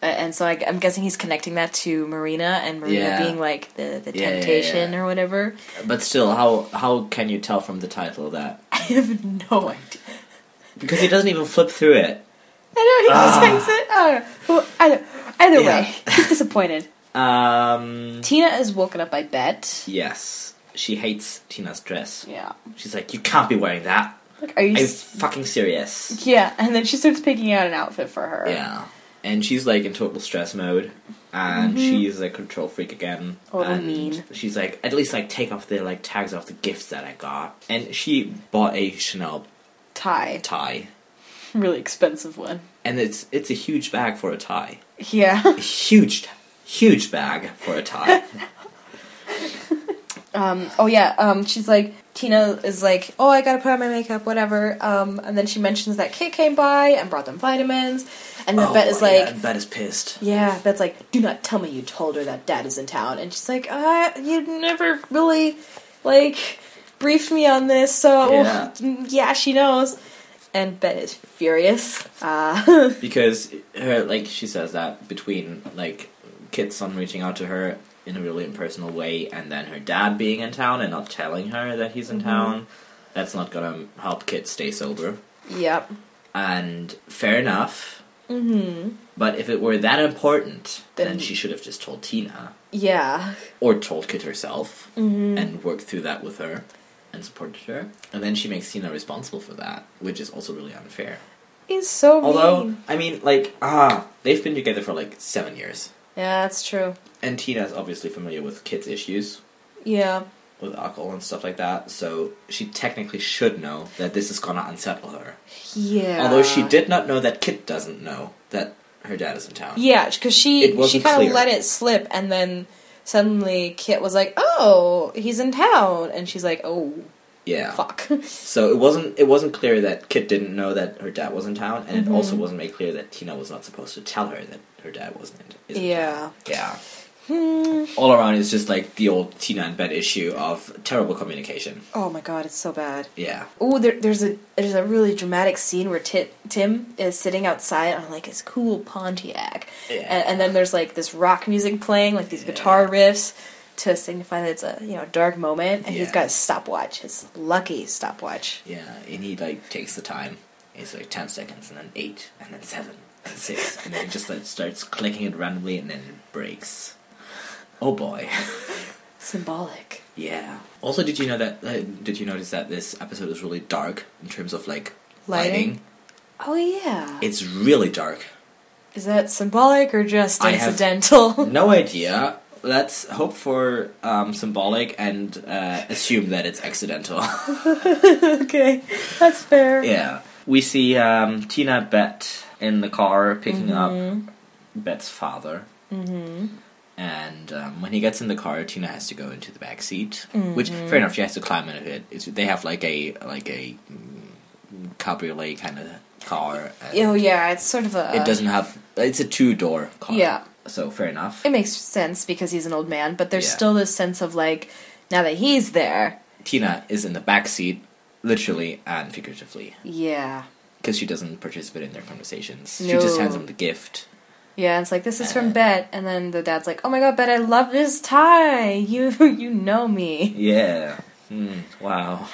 [SPEAKER 1] Uh, and so I, am guessing he's connecting that to Marina and Marina
[SPEAKER 2] Yeah.
[SPEAKER 1] being like the, the
[SPEAKER 2] Yeah, yeah, yeah,
[SPEAKER 1] temptation
[SPEAKER 2] yeah.
[SPEAKER 1] or whatever.
[SPEAKER 2] But still, how how can you tell from the title that?
[SPEAKER 1] I have no idea.
[SPEAKER 2] Because he doesn't even flip through it.
[SPEAKER 1] I know he
[SPEAKER 2] Ah.
[SPEAKER 1] just thinks it. I don't know. Well, I don't- Either
[SPEAKER 2] Yeah.
[SPEAKER 1] way, he's disappointed.
[SPEAKER 2] Um.
[SPEAKER 1] Tina is woken up by Bet.
[SPEAKER 2] Yes, she hates Tina's dress.
[SPEAKER 1] Yeah.
[SPEAKER 2] She's like, you can't be wearing that.
[SPEAKER 1] Like, are you?
[SPEAKER 2] I'm
[SPEAKER 1] s-
[SPEAKER 2] fucking serious.
[SPEAKER 1] yeah, and then she starts picking out an outfit for her.
[SPEAKER 2] Yeah. And she's like in total stress mode, and she's a control freak again.
[SPEAKER 1] Mm-hmm. What a
[SPEAKER 2] and
[SPEAKER 1] mean.
[SPEAKER 2] She's like, at least like take off the like tags off the gifts that I got. And she bought a Chanel
[SPEAKER 1] Tie.
[SPEAKER 2] tie,
[SPEAKER 1] Really expensive one.
[SPEAKER 2] and it's it's a huge bag for a tie.
[SPEAKER 1] Yeah.
[SPEAKER 2] A huge, huge bag for a tie.
[SPEAKER 1] Um, oh yeah, um, she's like Tina is like, oh, I gotta put on my makeup, whatever. Um, and then she mentions that Kit came by and brought them vitamins, and then
[SPEAKER 2] Oh,
[SPEAKER 1] Bet is
[SPEAKER 2] yeah,
[SPEAKER 1] like,
[SPEAKER 2] and Bet is pissed.
[SPEAKER 1] yeah, Bet's like, do not tell me you told her that Dad is in town, and she's like, uh, you never really like briefed me on this, so
[SPEAKER 2] Yeah.
[SPEAKER 1] yeah, she knows. And Bet is furious. Uh,
[SPEAKER 2] because her like she says that between like Kit's son reaching out to her in a really impersonal way and then her dad being in town and not telling her that he's
[SPEAKER 1] Mm-hmm.
[SPEAKER 2] in town that's not gonna help Kit stay sober
[SPEAKER 1] yep.
[SPEAKER 2] and fair enough
[SPEAKER 1] Mm-hmm.
[SPEAKER 2] but if it were that important then,
[SPEAKER 1] Then-
[SPEAKER 2] she should have just told Tina
[SPEAKER 1] Yeah.
[SPEAKER 2] or told Kit herself
[SPEAKER 1] Mm-hmm.
[SPEAKER 2] and worked through that with her and supported her and then she makes Tina responsible for that which is also really unfair
[SPEAKER 1] He's so
[SPEAKER 2] although
[SPEAKER 1] mean.
[SPEAKER 2] I mean like ah they've been together for like 7 years
[SPEAKER 1] Yeah, that's true.
[SPEAKER 2] and Tina's obviously familiar with kids' issues
[SPEAKER 1] Yeah.
[SPEAKER 2] with alcohol and stuff like that, so she technically should know that this is gonna unsettle her.
[SPEAKER 1] Yeah.
[SPEAKER 2] Although she did not know that Kit doesn't know that her dad is in town.
[SPEAKER 1] Yeah, because
[SPEAKER 2] It
[SPEAKER 1] she she
[SPEAKER 2] wasn't
[SPEAKER 1] kind
[SPEAKER 2] clear.
[SPEAKER 1] of let it slip, and then suddenly Kit was like, "Oh, he's in town," and she's like, "Oh,
[SPEAKER 2] Yeah.
[SPEAKER 1] fuck."
[SPEAKER 2] So it wasn't it wasn't clear that Kit didn't know that her dad was in town, and
[SPEAKER 1] Mm-hmm.
[SPEAKER 2] it also wasn't made clear that Tina was not supposed to tell her that her dad wasn't. In, is in
[SPEAKER 1] Yeah.
[SPEAKER 2] town. Yeah.
[SPEAKER 1] Hmm.
[SPEAKER 2] All around, it's just like the old Tina and Ben issue of terrible communication.
[SPEAKER 1] oh my god, it's so bad.
[SPEAKER 2] Yeah.
[SPEAKER 1] Oh, there, there's a there's a really dramatic scene where Ti- Tim is sitting outside on like his cool Pontiac,
[SPEAKER 2] Yeah.
[SPEAKER 1] and, and then there's like this rock music playing, like these guitar riffs. To signify that it's a you know dark moment, and he's
[SPEAKER 2] Yeah.
[SPEAKER 1] got his stopwatch, his lucky stopwatch.
[SPEAKER 2] Yeah, and he like takes the time. It's like ten seconds, and then eight, and then seven, and six, and then he just like starts clicking it randomly, and then it breaks. Oh boy,
[SPEAKER 1] Symbolic.
[SPEAKER 2] yeah. Also, did you know that? Uh, did you notice that this episode is really dark in terms of like
[SPEAKER 1] Lighting?
[SPEAKER 2] lighting?
[SPEAKER 1] Oh yeah.
[SPEAKER 2] It's really dark.
[SPEAKER 1] Is that symbolic or just
[SPEAKER 2] I have-
[SPEAKER 1] incidental?
[SPEAKER 2] No idea. Let's hope for um, symbolic and uh, assume that it's accidental.
[SPEAKER 1] okay, that's fair.
[SPEAKER 2] yeah. We see um, Tina Bet in the car picking up Bet's father.
[SPEAKER 1] Mm-hmm.
[SPEAKER 2] And um, when he gets in the car, Tina has to go into the back seat, which
[SPEAKER 1] Mm-hmm.
[SPEAKER 2] fair enough. She has to climb into it. It's, they have like a like a mm, cabriolet kind of car. and
[SPEAKER 1] Oh yeah, it's sort of a.
[SPEAKER 2] It doesn't have. It's a two door car.
[SPEAKER 1] Yeah.
[SPEAKER 2] So fair enough.
[SPEAKER 1] It makes sense because he's an old man, but there's
[SPEAKER 2] Yeah.
[SPEAKER 1] still this sense of like, now that he's there,
[SPEAKER 2] Tina is in the back seat, literally and figuratively,
[SPEAKER 1] yeah,
[SPEAKER 2] because she doesn't participate in their conversations. She just hands
[SPEAKER 1] No.
[SPEAKER 2] him the gift.
[SPEAKER 1] yeah. It's like this is
[SPEAKER 2] Uh.
[SPEAKER 1] from Bet, and then the dad's like, oh my god, Bet, I love this tie. You you know me,
[SPEAKER 2] Yeah. Hmm. wow.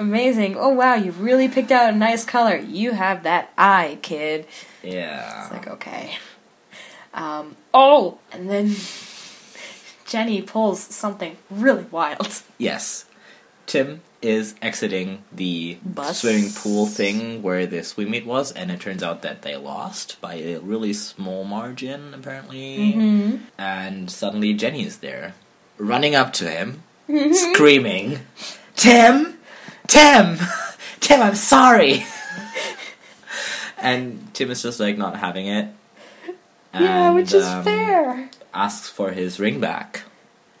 [SPEAKER 1] amazing. Oh wow, you've really picked out a nice color. You have that eye, kid.
[SPEAKER 2] Yeah.
[SPEAKER 1] It's like, okay. Um, oh! And then Jenny pulls something really wild.
[SPEAKER 2] Yes. Tim is exiting the
[SPEAKER 1] Bus?
[SPEAKER 2] swimming pool thing where the swim meet was, and it turns out that they lost by a really small margin, apparently.
[SPEAKER 1] Mm-hmm.
[SPEAKER 2] And suddenly Jenny is there, running up to him,
[SPEAKER 1] Mm-hmm.
[SPEAKER 2] screaming, Tim! Tim! Tim, I'm sorry! and Tim is just like not having it.
[SPEAKER 1] yeah,
[SPEAKER 2] and,
[SPEAKER 1] which is
[SPEAKER 2] um,
[SPEAKER 1] fair.
[SPEAKER 2] Asks for his ring back.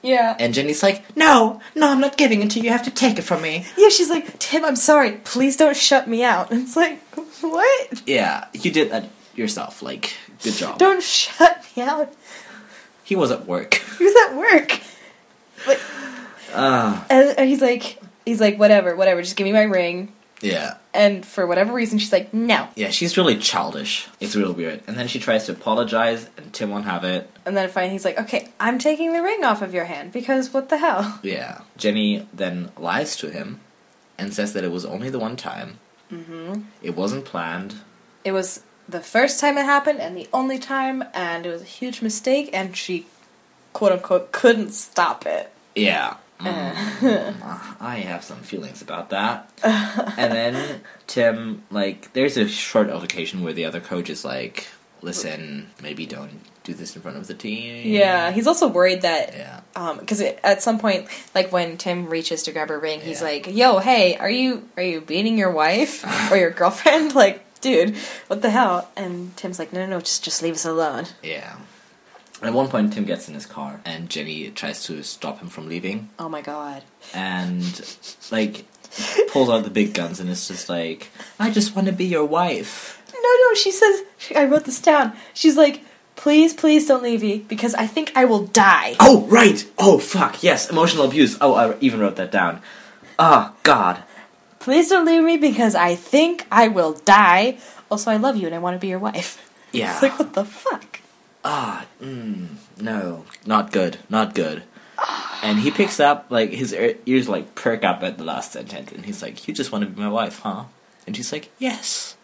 [SPEAKER 1] Yeah.
[SPEAKER 2] And Jenny's like, No, no, I'm not giving it to you. You have to take it from me.
[SPEAKER 1] yeah, she's like, Tim, I'm sorry. Please don't shut me out. It's like, what?
[SPEAKER 2] Yeah, you did that yourself. Like, good job.
[SPEAKER 1] Don't shut me out.
[SPEAKER 2] He was at work.
[SPEAKER 1] He was at work. Like, Ah.
[SPEAKER 2] Ah,
[SPEAKER 1] and, and he's like, he's like, whatever, whatever. Just give me my ring.
[SPEAKER 2] Yeah.
[SPEAKER 1] And for whatever reason, she's like, no.
[SPEAKER 2] Yeah, she's really childish. It's real weird. And then she tries to apologize, and Tim won't have it.
[SPEAKER 1] And then finally, he's like, okay, I'm taking the ring off of your hand because what the hell?
[SPEAKER 2] Yeah. Jenny then lies to him and says that it was only the one time. Mm-hmm. It wasn't planned.
[SPEAKER 1] It was the first time it happened and the only time, and it was a huge mistake, and she, quote unquote, couldn't stop it.
[SPEAKER 2] Yeah.
[SPEAKER 1] Uh-huh.
[SPEAKER 2] Mm. I have some feelings about that. and then Tim, like, there's a short altercation where the other coach is like, listen, maybe don't do this in front of the team.
[SPEAKER 1] Yeah, he's also worried that
[SPEAKER 2] Yeah.
[SPEAKER 1] because Um, it at some point, like when Tim reaches to grab her ring, he's
[SPEAKER 2] Yeah.
[SPEAKER 1] like, "Yo, hey, are you are you beating your wife or your girlfriend? Like, dude, what the hell?" And Tim's like, "No, no, no, just just leave us alone."
[SPEAKER 2] Yeah. At one point, Tim gets in his car, and Jenny tries to stop him from leaving,
[SPEAKER 1] Oh my god,
[SPEAKER 2] and like pulls out the big guns, and is just like, "I just want to be your wife."
[SPEAKER 1] no, no, she says. She, I wrote this down. She's like, "Please, please don't leave me because I think I will die."
[SPEAKER 2] Oh right. Oh fuck. Yes, emotional abuse. Oh, I even wrote that down. Ah, God.
[SPEAKER 1] Please don't leave me because I think I will die. Also, I love you and I want to be your wife.
[SPEAKER 2] Yeah.
[SPEAKER 1] It's like what the fuck.
[SPEAKER 2] ah, mm, no, not good, not good. And he picks up, like, his ear- ears, like, perk up at the last sentence, and he's like, You just want to be my wife, huh? And she's like, Yes.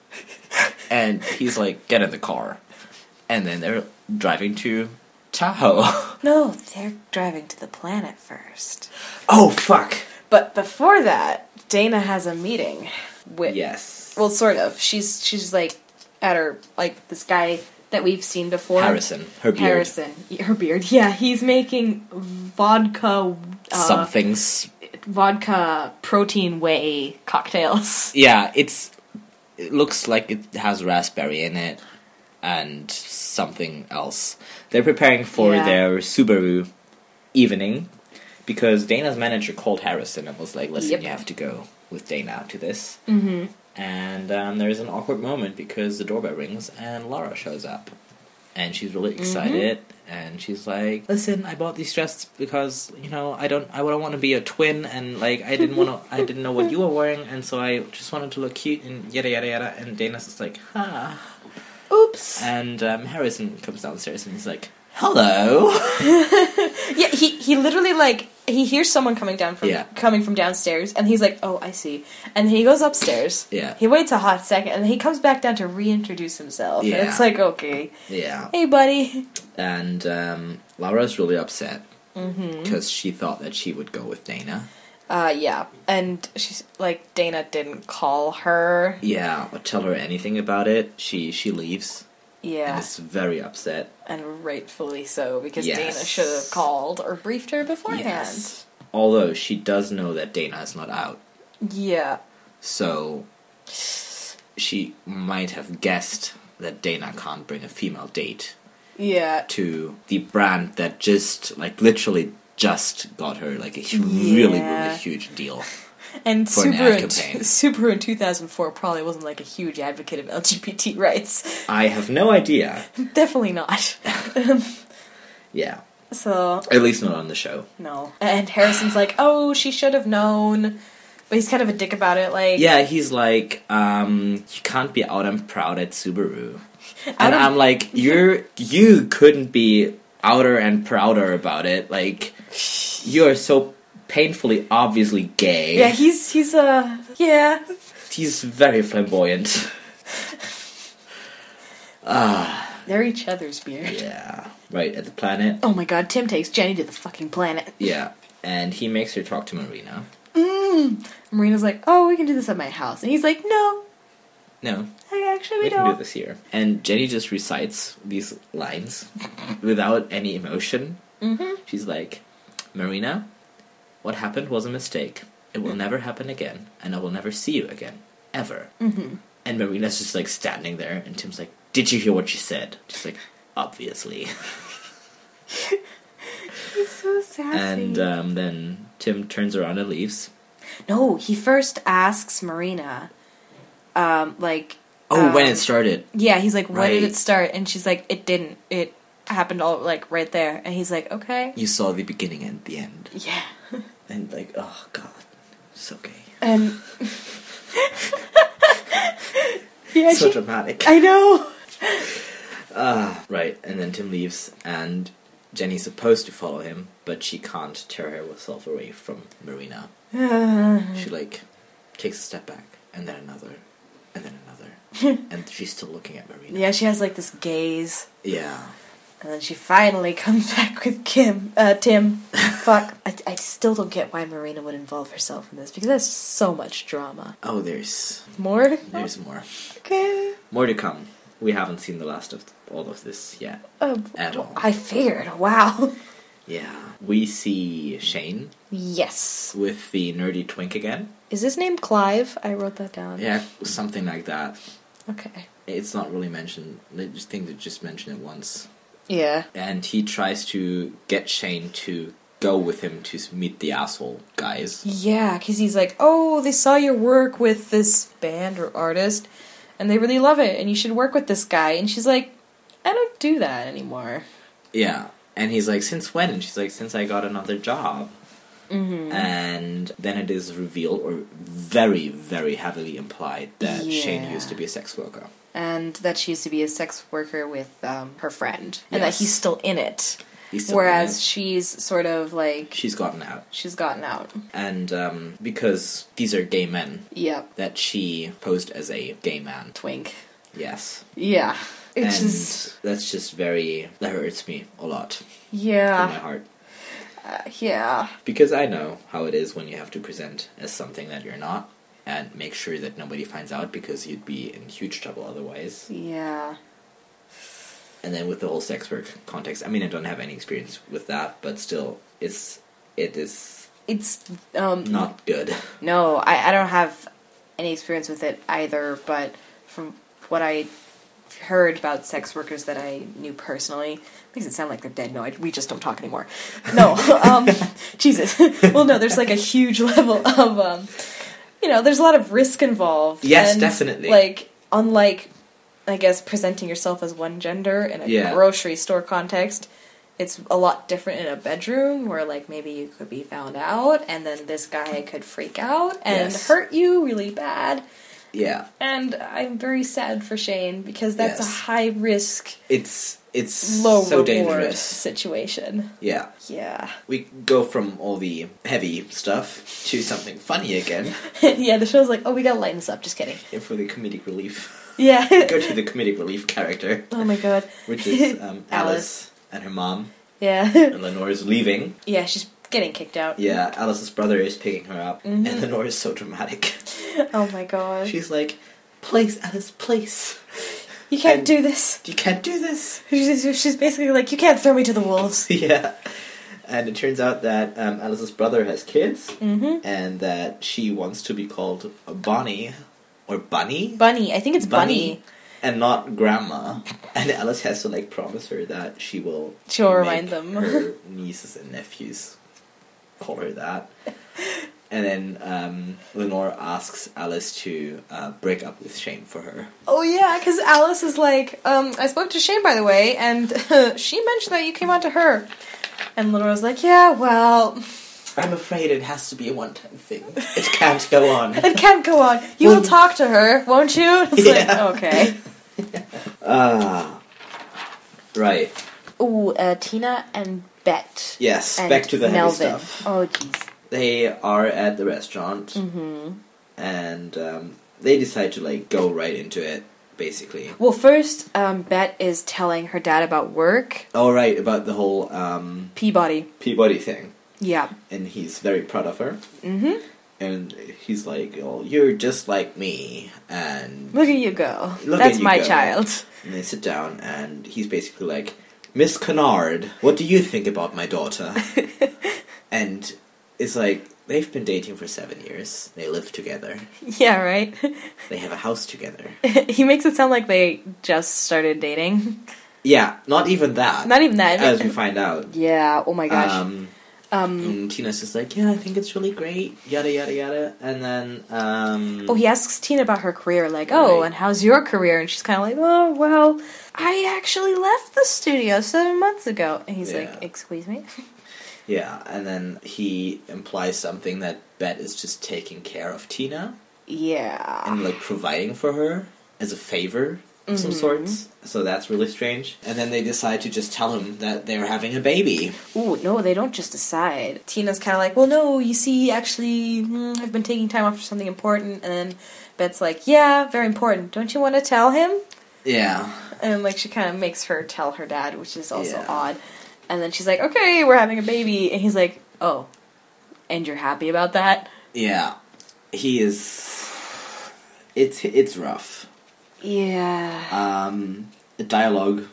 [SPEAKER 2] and he's like, Get in the car. And then they're driving to Tahoe.
[SPEAKER 1] No, they're driving to the planet first.
[SPEAKER 2] oh, fuck.
[SPEAKER 1] But before that, Dana has a meeting with
[SPEAKER 2] Yes.
[SPEAKER 1] well, sort of. She's she's like at her like this guy that we've seen before.
[SPEAKER 2] Harrison, her beard.
[SPEAKER 1] Harrison, her beard. Yeah, he's making vodka uh,
[SPEAKER 2] Something's.
[SPEAKER 1] vodka protein whey cocktails.
[SPEAKER 2] Yeah, it's. It looks like it has raspberry in it and something else. They're preparing for
[SPEAKER 1] Yeah.
[SPEAKER 2] their Subaru evening because Dana's manager called Harrison and was like, listen,
[SPEAKER 1] Yep.
[SPEAKER 2] you have to go with Dana to this. Mm-hmm. And um, there's an awkward moment because the doorbell rings and Laura shows up. And she's really excited, and she's like, "Listen, I bought these dresses because you know I don't, I don't want to be a twin, and like I didn't want to, I didn't know what you were wearing, and so I just wanted to look cute and yada yada yada." And Dana's just like, "Huh."
[SPEAKER 1] Oops.
[SPEAKER 2] And um, Harrison comes downstairs and he's like, "Hello."
[SPEAKER 1] Yeah, he he literally like he hears someone coming down from
[SPEAKER 2] Yeah.
[SPEAKER 1] coming from downstairs, and he's like, "Oh, I see." And he goes upstairs.
[SPEAKER 2] Yeah.
[SPEAKER 1] He waits a hot second, and he comes back down to reintroduce himself. And
[SPEAKER 2] Yeah.
[SPEAKER 1] it's like, okay,
[SPEAKER 2] Yeah.
[SPEAKER 1] hey, buddy.
[SPEAKER 2] And um, Laura's really upset because
[SPEAKER 1] Mm-hmm.
[SPEAKER 2] she thought that she would go with Dana.
[SPEAKER 1] Uh, yeah, and she's like, Dana didn't call her.
[SPEAKER 2] Yeah, or tell her anything about it. She she leaves and
[SPEAKER 1] Yeah,
[SPEAKER 2] is very upset.
[SPEAKER 1] and rightfully so because
[SPEAKER 2] Yes.
[SPEAKER 1] Dana should have called or briefed her beforehand.
[SPEAKER 2] Although she does know that Dana is not out,
[SPEAKER 1] Yeah,
[SPEAKER 2] so she might have guessed that Dana can't bring a female date
[SPEAKER 1] yeah,
[SPEAKER 2] to the brand that just like literally just got her like a hu- really
[SPEAKER 1] Yeah.
[SPEAKER 2] really huge deal.
[SPEAKER 1] and
[SPEAKER 2] For an
[SPEAKER 1] Subaru
[SPEAKER 2] ad
[SPEAKER 1] in,
[SPEAKER 2] campaign.
[SPEAKER 1] Subaru in two thousand four probably wasn't like a huge advocate of LGBT rights.
[SPEAKER 2] I have no idea.
[SPEAKER 1] Definitely not.
[SPEAKER 2] Yeah.
[SPEAKER 1] So
[SPEAKER 2] At least not on the show.
[SPEAKER 1] no, and Harrison's like, oh, she should have known, but he's kind of a dick about it. Like,
[SPEAKER 2] Yeah, he's like, um, you can't be out and proud at Subaru.
[SPEAKER 1] Out
[SPEAKER 2] And
[SPEAKER 1] of-
[SPEAKER 2] I'm like, you're you couldn't be outer and prouder about it. Like you're so painfully obviously gay.
[SPEAKER 1] yeah, he's he's uh, yeah,
[SPEAKER 2] He's very flamboyant.
[SPEAKER 1] they're each other's beard.
[SPEAKER 2] yeah. Right, at the planet.
[SPEAKER 1] Oh my god, Tim takes Jenny to the fucking planet.
[SPEAKER 2] Yeah. And he makes her talk to Marina.
[SPEAKER 1] Mm. Marina's like, oh, we can do this at my house. And he's like, no,
[SPEAKER 2] No,
[SPEAKER 1] I- actually, we,
[SPEAKER 2] we
[SPEAKER 1] don't.
[SPEAKER 2] can do this here. And Jenny just recites these lines without any emotion. Mm-hmm. She's like, Marina, what happened was a mistake. It
[SPEAKER 1] Mm-hmm.
[SPEAKER 2] will never happen again, and I will never see you again. Ever. Mm-hmm. And Marina's just like standing there, and Tim's like, Did you hear what she said? She's like, Obviously.
[SPEAKER 1] He's so sassy.
[SPEAKER 2] and um, then Tim turns around and leaves.
[SPEAKER 1] no, he first asks Marina, um, like,
[SPEAKER 2] Oh, when
[SPEAKER 1] Um,
[SPEAKER 2] it started.
[SPEAKER 1] yeah, he's like, when did
[SPEAKER 2] Right.
[SPEAKER 1] it start? And she's like, it didn't. It happened all, like, right there. And he's like, okay.
[SPEAKER 2] You saw the beginning and the end.
[SPEAKER 1] Yeah.
[SPEAKER 2] And like, oh, God. So gay.
[SPEAKER 1] And Yeah,
[SPEAKER 2] so
[SPEAKER 1] she-
[SPEAKER 2] dramatic.
[SPEAKER 1] I know.
[SPEAKER 2] Ah, right, and then Tim leaves, and Jenny's supposed to follow him, but she can't tear herself away from Marina.
[SPEAKER 1] Uh,
[SPEAKER 2] She, like, takes a step back, and then another, and then another. and she's still looking at Marina.
[SPEAKER 1] yeah, she has like this gaze,
[SPEAKER 2] Yeah.
[SPEAKER 1] and then she finally comes back with Kim. Uh, Tim. Fuck. I, I still don't get why Marina would involve herself in this because that's so much drama.
[SPEAKER 2] Oh, there's
[SPEAKER 1] More?
[SPEAKER 2] there's more.
[SPEAKER 1] Okay.
[SPEAKER 2] More to come. We haven't seen the last of all of this yet.
[SPEAKER 1] Um,
[SPEAKER 2] At all.
[SPEAKER 1] I figured. Wow.
[SPEAKER 2] Yeah. We see Shane
[SPEAKER 1] Yes.
[SPEAKER 2] with the nerdy twink again.
[SPEAKER 1] Is his name Clive? I wrote that down.
[SPEAKER 2] Yeah, something like that.
[SPEAKER 1] Okay.
[SPEAKER 2] It's not really mentioned. I just think they just mention it once.
[SPEAKER 1] Yeah.
[SPEAKER 2] And he tries to get Shane to go with him to s- meet the asshole guys.
[SPEAKER 1] Yeah, because he's like, oh, they saw your work with this band or artist, and they really love it, and you should work with this guy. And she's like, I don't do that anymore.
[SPEAKER 2] Yeah. And he's like, since when? And she's like, since I got another job.
[SPEAKER 1] Mm-hmm.
[SPEAKER 2] And then it is revealed, or very, very heavily implied, that Shane
[SPEAKER 1] Yeah.
[SPEAKER 2] used to be a sex worker.
[SPEAKER 1] And that she used to be a sex worker with um, her friend, and
[SPEAKER 2] Yes.
[SPEAKER 1] that he's still in it.
[SPEAKER 2] He's still
[SPEAKER 1] Whereas
[SPEAKER 2] in
[SPEAKER 1] she's sort of
[SPEAKER 2] it.
[SPEAKER 1] like,
[SPEAKER 2] she's gotten out.
[SPEAKER 1] she's gotten out.
[SPEAKER 2] And um, because these are gay men,
[SPEAKER 1] Yep.
[SPEAKER 2] that she posed as a gay man.
[SPEAKER 1] Twink.
[SPEAKER 2] Yes.
[SPEAKER 1] Yeah. It's
[SPEAKER 2] and
[SPEAKER 1] just,
[SPEAKER 2] that's just very, that hurts me a lot in my
[SPEAKER 1] yeah.
[SPEAKER 2] heart.
[SPEAKER 1] Uh, yeah.
[SPEAKER 2] Because I know how it is when you have to present as something that you're not and make sure that nobody finds out because you'd be in huge trouble otherwise.
[SPEAKER 1] Yeah.
[SPEAKER 2] and then with the whole sex work context i mean i don't have any experience with that but still it's it is
[SPEAKER 1] It's, um,
[SPEAKER 2] not good
[SPEAKER 1] No, I, I don't have any experience with it either, but from what I heard about sex workers that I knew personally, makes it sound like they're dead. No, I, we just don't talk anymore. No, um, Jesus. well, no, there's like a huge level of, um, you know, there's a lot of risk involved.
[SPEAKER 2] Yes, definitely.
[SPEAKER 1] Like, unlike, I guess, presenting yourself as one gender in a
[SPEAKER 2] Yeah.
[SPEAKER 1] grocery store context, it's a lot different in a bedroom where like maybe you could be found out and then this guy could freak out and
[SPEAKER 2] Yes.
[SPEAKER 1] hurt you really bad
[SPEAKER 2] yeah
[SPEAKER 1] and i'm very sad for shane because that's
[SPEAKER 2] Yes.
[SPEAKER 1] a high risk
[SPEAKER 2] it's it's
[SPEAKER 1] low
[SPEAKER 2] so
[SPEAKER 1] reward
[SPEAKER 2] dangerous
[SPEAKER 1] situation
[SPEAKER 2] yeah
[SPEAKER 1] yeah
[SPEAKER 2] we go from all the heavy stuff to something funny again
[SPEAKER 1] yeah the show's like oh we gotta lighten this up just kidding
[SPEAKER 2] and for the comedic relief
[SPEAKER 1] yeah
[SPEAKER 2] go to the comedic relief character
[SPEAKER 1] oh my god
[SPEAKER 2] which is um, alice.
[SPEAKER 1] Alice.
[SPEAKER 2] and her mom
[SPEAKER 1] yeah
[SPEAKER 2] and lenore is leaving
[SPEAKER 1] yeah she's getting kicked out
[SPEAKER 2] yeah alice's brother is picking her up
[SPEAKER 1] Mhm.
[SPEAKER 2] and lenore is so dramatic
[SPEAKER 1] oh my god
[SPEAKER 2] she's like place alice place
[SPEAKER 1] you can't
[SPEAKER 2] and-
[SPEAKER 1] do this
[SPEAKER 2] you can't do this.
[SPEAKER 1] she's, she's basically like you can't throw me to the wolves
[SPEAKER 2] yeah. And it turns out that um, Alice's brother has kids,
[SPEAKER 1] hmm
[SPEAKER 2] and that she wants to be called Bonnie or Bunny,
[SPEAKER 1] bunny i think it's bunny.
[SPEAKER 2] and not Grandma. And Alice has to like promise her that she will.
[SPEAKER 1] She'll
[SPEAKER 2] make
[SPEAKER 1] remind them.
[SPEAKER 2] her nieces and nephews call her that. And then um, Lenore asks Alice to uh, break up with Shane for her.
[SPEAKER 1] Oh yeah, because Alice is like, um, I spoke to Shane by the way, and she mentioned that you came on to her, and Lenore's like, yeah, well,
[SPEAKER 2] I'm afraid it has to be a one-time thing. It can't go on.
[SPEAKER 1] it can't go on. You will talk to her, won't you? It's
[SPEAKER 2] Yeah.
[SPEAKER 1] like okay.
[SPEAKER 2] Ah. Right.
[SPEAKER 1] Ooh, uh, Tina and Bet.
[SPEAKER 2] Yes.
[SPEAKER 1] and
[SPEAKER 2] back to the heavy
[SPEAKER 1] Melvin.
[SPEAKER 2] stuff.
[SPEAKER 1] Oh jeez.
[SPEAKER 2] They are at the restaurant
[SPEAKER 1] Mm-hmm.
[SPEAKER 2] and um, they decide to like go right into it, basically.
[SPEAKER 1] Well, first, um, Bet is telling her dad about work,
[SPEAKER 2] All Oh, right about the whole um,
[SPEAKER 1] Peabody.
[SPEAKER 2] Peabody thing,
[SPEAKER 1] Yeah.
[SPEAKER 2] and he's very proud of her.
[SPEAKER 1] Mm-hmm.
[SPEAKER 2] And he's like, "Oh, you're just like me," and
[SPEAKER 1] Look at you go.
[SPEAKER 2] Look
[SPEAKER 1] That's
[SPEAKER 2] at you
[SPEAKER 1] my
[SPEAKER 2] go.
[SPEAKER 1] child.
[SPEAKER 2] And they sit down, and he's basically like, Miss Kennard, what do you think about my daughter? and it's like, they've been dating for seven years. They live together.
[SPEAKER 1] Yeah. Right.
[SPEAKER 2] They have a house together.
[SPEAKER 1] he makes it sound like they just started dating.
[SPEAKER 2] Yeah, not even that.
[SPEAKER 1] Not even that.
[SPEAKER 2] as we find out.
[SPEAKER 1] Yeah. Oh my gosh. Um,
[SPEAKER 2] Um, and Tina's just like, yeah, I think it's really great, yada, yada, yada. And then, um...
[SPEAKER 1] oh, he asks Tina about her career, like, "Oh,
[SPEAKER 2] Right.
[SPEAKER 1] and how's your career?" And she's kind of like, "Oh, well, I actually left the studio seven months ago." And he's
[SPEAKER 2] Yeah.
[SPEAKER 1] like, "Excuse me."
[SPEAKER 2] Yeah, and then he implies something that Bet is just taking care of Tina.
[SPEAKER 1] Yeah.
[SPEAKER 2] and like providing for her as a favor of some
[SPEAKER 1] Mm-hmm.
[SPEAKER 2] sorts. So that's really strange. And then they decide to just tell him that they're having a baby.
[SPEAKER 1] Ooh, no, they don't just decide. Tina's kind of like, well, no, you see, actually, mm, I've been taking time off for something important. And then Bet's like, yeah, very important. Don't you want to tell him?
[SPEAKER 2] Yeah.
[SPEAKER 1] And like, she kind of makes her tell her dad, which is also
[SPEAKER 2] Yeah.
[SPEAKER 1] odd. And then she's like, okay, we're having a baby. And he's like, oh, and you're happy about that?
[SPEAKER 2] Yeah. He is it's it's rough.
[SPEAKER 1] Yeah.
[SPEAKER 2] Um the dialogue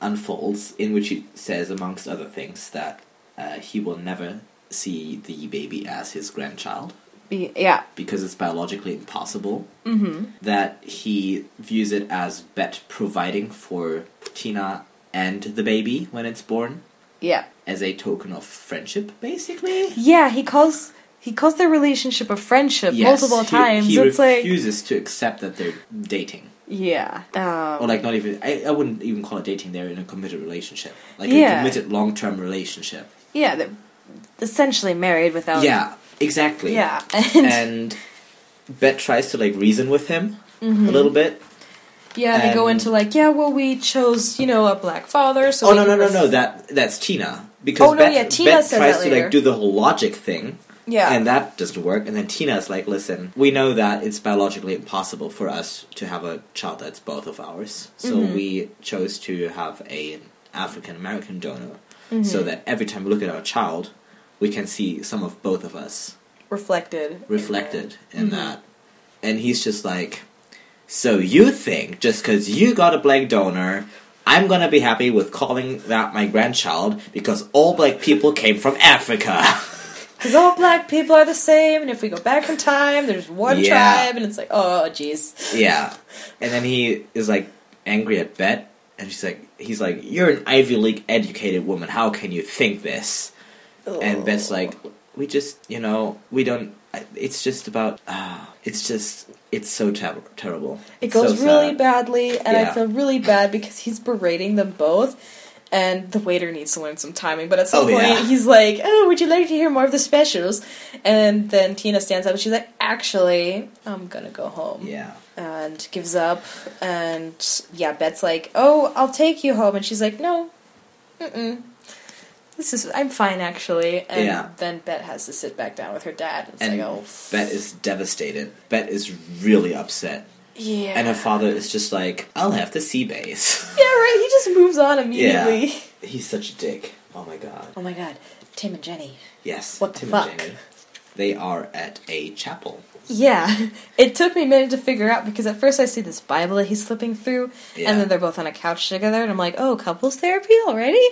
[SPEAKER 2] unfolds in which he says amongst other things that uh, he will never see the baby as his grandchild
[SPEAKER 1] Be- yeah.
[SPEAKER 2] because it's biologically impossible.
[SPEAKER 1] Mm-hmm.
[SPEAKER 2] that he views it as Bet providing for Tina and the baby when it's born
[SPEAKER 1] Yeah.
[SPEAKER 2] as a token of friendship, basically.
[SPEAKER 1] Yeah, he calls he calls their relationship a friendship multiple
[SPEAKER 2] he-
[SPEAKER 1] times.
[SPEAKER 2] He
[SPEAKER 1] it's like
[SPEAKER 2] refuses to accept that they're dating,
[SPEAKER 1] yeah, um,
[SPEAKER 2] or like not even. I, I wouldn't even call it dating. They're in a committed relationship, like
[SPEAKER 1] Yeah.
[SPEAKER 2] a committed long-term relationship.
[SPEAKER 1] yeah, they're essentially married without
[SPEAKER 2] Yeah, exactly.
[SPEAKER 1] yeah, and,
[SPEAKER 2] and Bet tries to like reason with him a little bit,
[SPEAKER 1] mm-hmm. yeah. They go
[SPEAKER 2] and-
[SPEAKER 1] into like yeah, well, we chose you know a black father, so
[SPEAKER 2] oh
[SPEAKER 1] we
[SPEAKER 2] no no
[SPEAKER 1] can
[SPEAKER 2] no
[SPEAKER 1] ref-
[SPEAKER 2] no that that's Tina because
[SPEAKER 1] Oh, no,
[SPEAKER 2] Beth,
[SPEAKER 1] yeah, Tina
[SPEAKER 2] Beth
[SPEAKER 1] says
[SPEAKER 2] tries
[SPEAKER 1] that
[SPEAKER 2] to
[SPEAKER 1] later.
[SPEAKER 2] like do the whole logic thing
[SPEAKER 1] yeah,
[SPEAKER 2] and that doesn't work and then Tina's like listen we know that it's biologically impossible for us to have a child that's both of ours so
[SPEAKER 1] Mm-hmm.
[SPEAKER 2] we chose to have a African American donor
[SPEAKER 1] Mm-hmm.
[SPEAKER 2] so that every time we look at our child we can see some of both of us
[SPEAKER 1] reflected,
[SPEAKER 2] reflected in
[SPEAKER 1] Mm-hmm.
[SPEAKER 2] that and he's just like so you think just because you got a black donor i'm gonna be happy with calling that my grandchild because all black people came from africa
[SPEAKER 1] because all black people are the same, and if we go back in time, there's one
[SPEAKER 2] Yeah.
[SPEAKER 1] tribe, and it's like oh jeez,
[SPEAKER 2] yeah and then he is like angry at bet and she's like he's like you're an ivy league educated woman how can you think this and Bet's like, we just, you know, we don't. It's just about. ah, it's just. It's so ter- terrible.
[SPEAKER 1] It
[SPEAKER 2] It's so
[SPEAKER 1] goes really
[SPEAKER 2] sad.
[SPEAKER 1] badly, and I
[SPEAKER 2] Yeah.
[SPEAKER 1] feel really bad because he's berating them both. And the waiter needs to learn some timing, but at some
[SPEAKER 2] Oh,
[SPEAKER 1] point
[SPEAKER 2] yeah.
[SPEAKER 1] he's like, "Oh, would you like to hear more of the specials?" And then Tina stands up and she's like, "Actually, I'm gonna go home."
[SPEAKER 2] Yeah.
[SPEAKER 1] And gives up. And yeah, Bet's like, "Oh, I'll take you home," and she's like, "No, mm-mm. this is I'm fine actually." And
[SPEAKER 2] Yeah.
[SPEAKER 1] then Bet has to sit back down with her dad. It's
[SPEAKER 2] And
[SPEAKER 1] like, "Oh,
[SPEAKER 2] Bet is devastated. Bet is really upset,
[SPEAKER 1] yeah."
[SPEAKER 2] and her father is just like, "I'll have the sea base."
[SPEAKER 1] yeah, right. He just moves on immediately.
[SPEAKER 2] He's such a dick. Oh my god.
[SPEAKER 1] Oh my god, Tim and Jenny.
[SPEAKER 2] Yes.
[SPEAKER 1] What the
[SPEAKER 2] Tim
[SPEAKER 1] fuck?
[SPEAKER 2] and Jamie. They are at a chapel.
[SPEAKER 1] Yeah, it took me a minute to figure out because at first I see this Bible that he's flipping through,
[SPEAKER 2] Yeah.
[SPEAKER 1] and then they're both on a couch together, and I'm like, oh, couples therapy already?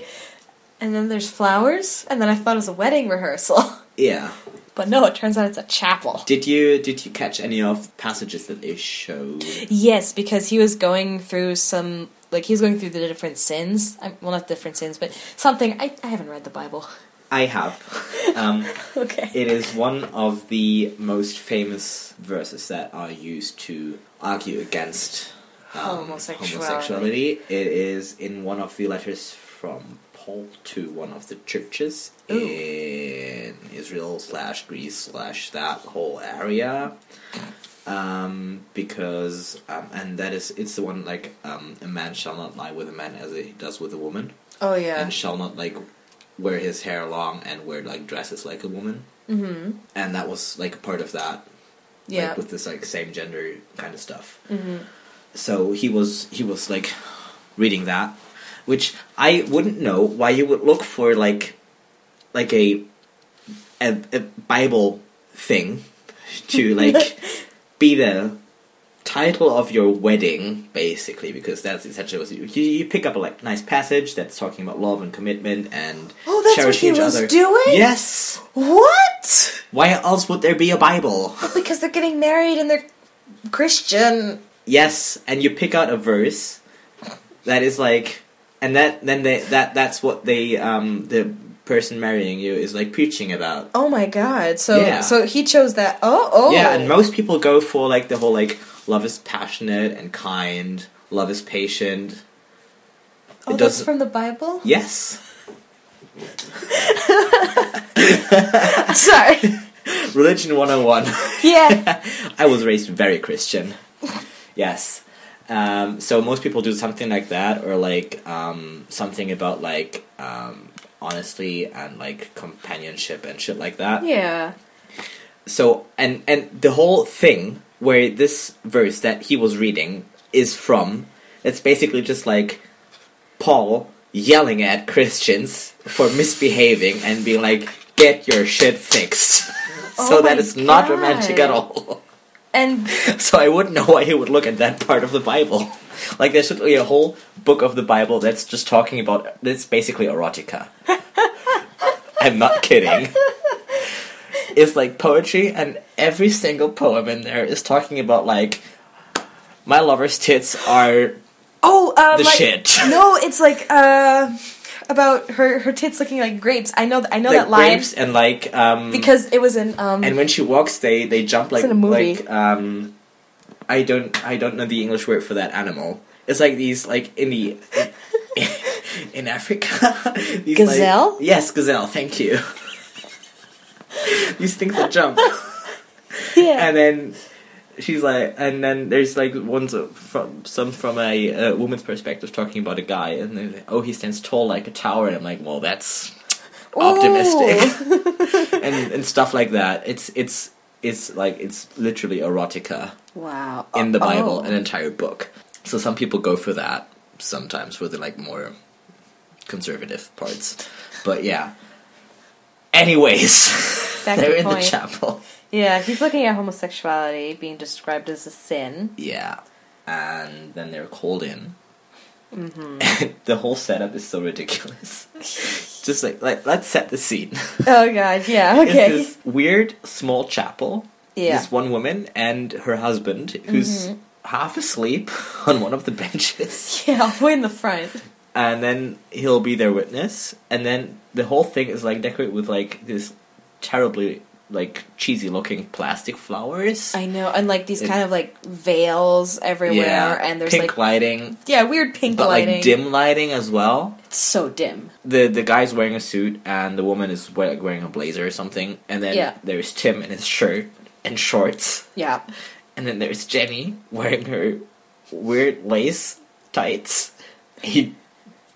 [SPEAKER 1] And then there's flowers, and then I thought it was a wedding rehearsal.
[SPEAKER 2] Yeah.
[SPEAKER 1] but no, it turns out it's a chapel.
[SPEAKER 2] Did you did you catch any of passages that they showed?
[SPEAKER 1] Yes, because he was going through some, like, he was going through the different sins. I, well, not different sins, but something. I, I haven't read the Bible.
[SPEAKER 2] I have. Um,
[SPEAKER 1] Okay.
[SPEAKER 2] It is one of the most famous verses that are used to argue against um,
[SPEAKER 1] Homosexuality.
[SPEAKER 2] homosexuality. It is in one of the letters from Paul to one of the churches
[SPEAKER 1] Ooh.
[SPEAKER 2] in Israel slash Greece slash that whole area. Um, because um, and that is it's the one like um, a man shall not lie with a man as he does with a woman,
[SPEAKER 1] Oh, yeah.
[SPEAKER 2] and shall not like wear his hair long and wear like dresses like a woman
[SPEAKER 1] Mm hmm.
[SPEAKER 2] and that was like a part of that
[SPEAKER 1] Yeah. Mm-hmm.
[SPEAKER 2] like, with this like same gender kind of stuff so he was he was like reading that which i wouldn't know why you would look for like like a a, a bible thing to like be the title of your wedding basically because that's essentially what you, you you pick up a like nice passage that's talking about love and commitment and
[SPEAKER 1] Oh, that's what
[SPEAKER 2] cherishing
[SPEAKER 1] he
[SPEAKER 2] each
[SPEAKER 1] was
[SPEAKER 2] other.
[SPEAKER 1] doing?
[SPEAKER 2] yes
[SPEAKER 1] What?
[SPEAKER 2] why else would there be a Bible?
[SPEAKER 1] Because they're getting married and they're Christian.
[SPEAKER 2] Yes, and you pick out a verse that is like, and that then they that that's what they um the person marrying you is like preaching about.
[SPEAKER 1] Oh my god. So
[SPEAKER 2] Yeah.
[SPEAKER 1] so he chose that. Oh oh.
[SPEAKER 2] Yeah, and most people go for like the whole like love is passionate and kind, love is
[SPEAKER 1] oh,
[SPEAKER 2] patient. it
[SPEAKER 1] that's
[SPEAKER 2] doesn't-
[SPEAKER 1] from the Bible.
[SPEAKER 2] Yes,
[SPEAKER 1] Sorry.
[SPEAKER 2] Religion 101.
[SPEAKER 1] Yeah.
[SPEAKER 2] I was raised very Christian. Yes. Um, so most people do something like that, or like um, something about like um, honesty and like companionship and shit like that.
[SPEAKER 1] Yeah.
[SPEAKER 2] So and and the whole thing where this verse that he was reading is from, it's basically just like Paul yelling at Christians for misbehaving and being like, "Get your shit fixed." so
[SPEAKER 1] Oh
[SPEAKER 2] that
[SPEAKER 1] my
[SPEAKER 2] is not romantic
[SPEAKER 1] God.
[SPEAKER 2] at all.
[SPEAKER 1] And
[SPEAKER 2] So I wouldn't know why he would look at that part of the Bible. Like there should be a whole book of the Bible that's just talking about that's basically erotica. I'm not kidding. It's like poetry and every single poem in there is talking about like my lover's tits are
[SPEAKER 1] oh, uh,
[SPEAKER 2] the
[SPEAKER 1] like,
[SPEAKER 2] shit.
[SPEAKER 1] No, it's like uh, about her her tits looking like grapes. I know th- I know
[SPEAKER 2] like
[SPEAKER 1] that line
[SPEAKER 2] grapes and like um
[SPEAKER 1] because it was in um.
[SPEAKER 2] and when she walks they they jump like
[SPEAKER 1] in a movie.
[SPEAKER 2] like um i don't i don't know the english word for that animal it's like these like in the in africa these, like-
[SPEAKER 1] Gazelle?
[SPEAKER 2] yes gazelle thank you these things that jump
[SPEAKER 1] yeah.
[SPEAKER 2] and then she's like and then there's like ones from some from a, uh woman's perspective talking about a guy and then oh he stands tall like a tower and i'm like well that's optimistic and and stuff like that it's it's it's like it's literally erotica
[SPEAKER 1] Wow.
[SPEAKER 2] in the bible
[SPEAKER 1] Oh.
[SPEAKER 2] an entire book so some people go for that sometimes with the like more conservative parts but yeah anyways
[SPEAKER 1] Back to
[SPEAKER 2] they're in
[SPEAKER 1] point.
[SPEAKER 2] the chapel
[SPEAKER 1] Yeah, he's looking at homosexuality being described as a sin.
[SPEAKER 2] Yeah, and then they're called in. Mm-hmm. the whole setup is so ridiculous. Just like like let's set the scene.
[SPEAKER 1] Oh god, yeah, okay.
[SPEAKER 2] It's this weird small chapel.
[SPEAKER 1] Yeah. Mm-hmm.
[SPEAKER 2] This one woman and her husband, who's half asleep on one of the benches,
[SPEAKER 1] Yeah, all the way in the front.
[SPEAKER 2] and then he'll be their witness. And then the whole thing is like decorated with like this terribly like cheesy looking plastic flowers.
[SPEAKER 1] I know, and like these
[SPEAKER 2] It-
[SPEAKER 1] kind of like veils everywhere, and there's
[SPEAKER 2] pink
[SPEAKER 1] like
[SPEAKER 2] lighting,
[SPEAKER 1] yeah, weird pink
[SPEAKER 2] but
[SPEAKER 1] lighting.
[SPEAKER 2] like dim lighting as well.
[SPEAKER 1] It's so dim.
[SPEAKER 2] the the guy's wearing a suit and the woman is we- wearing a blazer or something and then
[SPEAKER 1] Yeah.
[SPEAKER 2] there's tim in his shirt and shorts
[SPEAKER 1] Yeah,
[SPEAKER 2] and then there's jenny wearing her weird lace tights a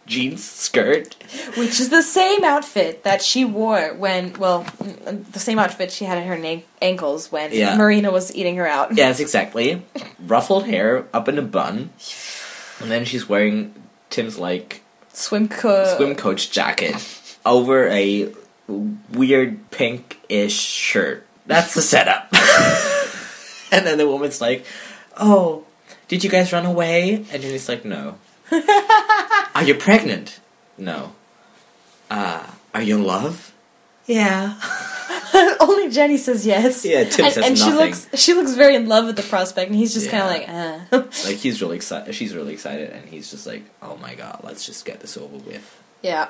[SPEAKER 2] jeans skirt
[SPEAKER 1] which is the same outfit that she wore when well, mm, the same outfit she had at her na- ankles when
[SPEAKER 2] Yeah.
[SPEAKER 1] Marina was eating her out.
[SPEAKER 2] yes exactly ruffled hair up in a bun and then she's wearing tim's like
[SPEAKER 1] Swim coat.
[SPEAKER 2] swim coach jacket over a weird pink-ish shirt. That's the setup. and then the woman's like, "Oh, did you guys run away?" And Jenny's like, "No." are you pregnant? No. Uh, are you in love? Yeah.
[SPEAKER 1] Only Jenny says yes.
[SPEAKER 2] Yeah, Tim
[SPEAKER 1] and,
[SPEAKER 2] says
[SPEAKER 1] and
[SPEAKER 2] nothing.
[SPEAKER 1] she looks she looks very in love with the prospect, and he's just kind of like, uh.
[SPEAKER 2] Like he's really excited. She's really excited, and he's just like, "Oh my god, let's just get this over with."
[SPEAKER 1] yeah.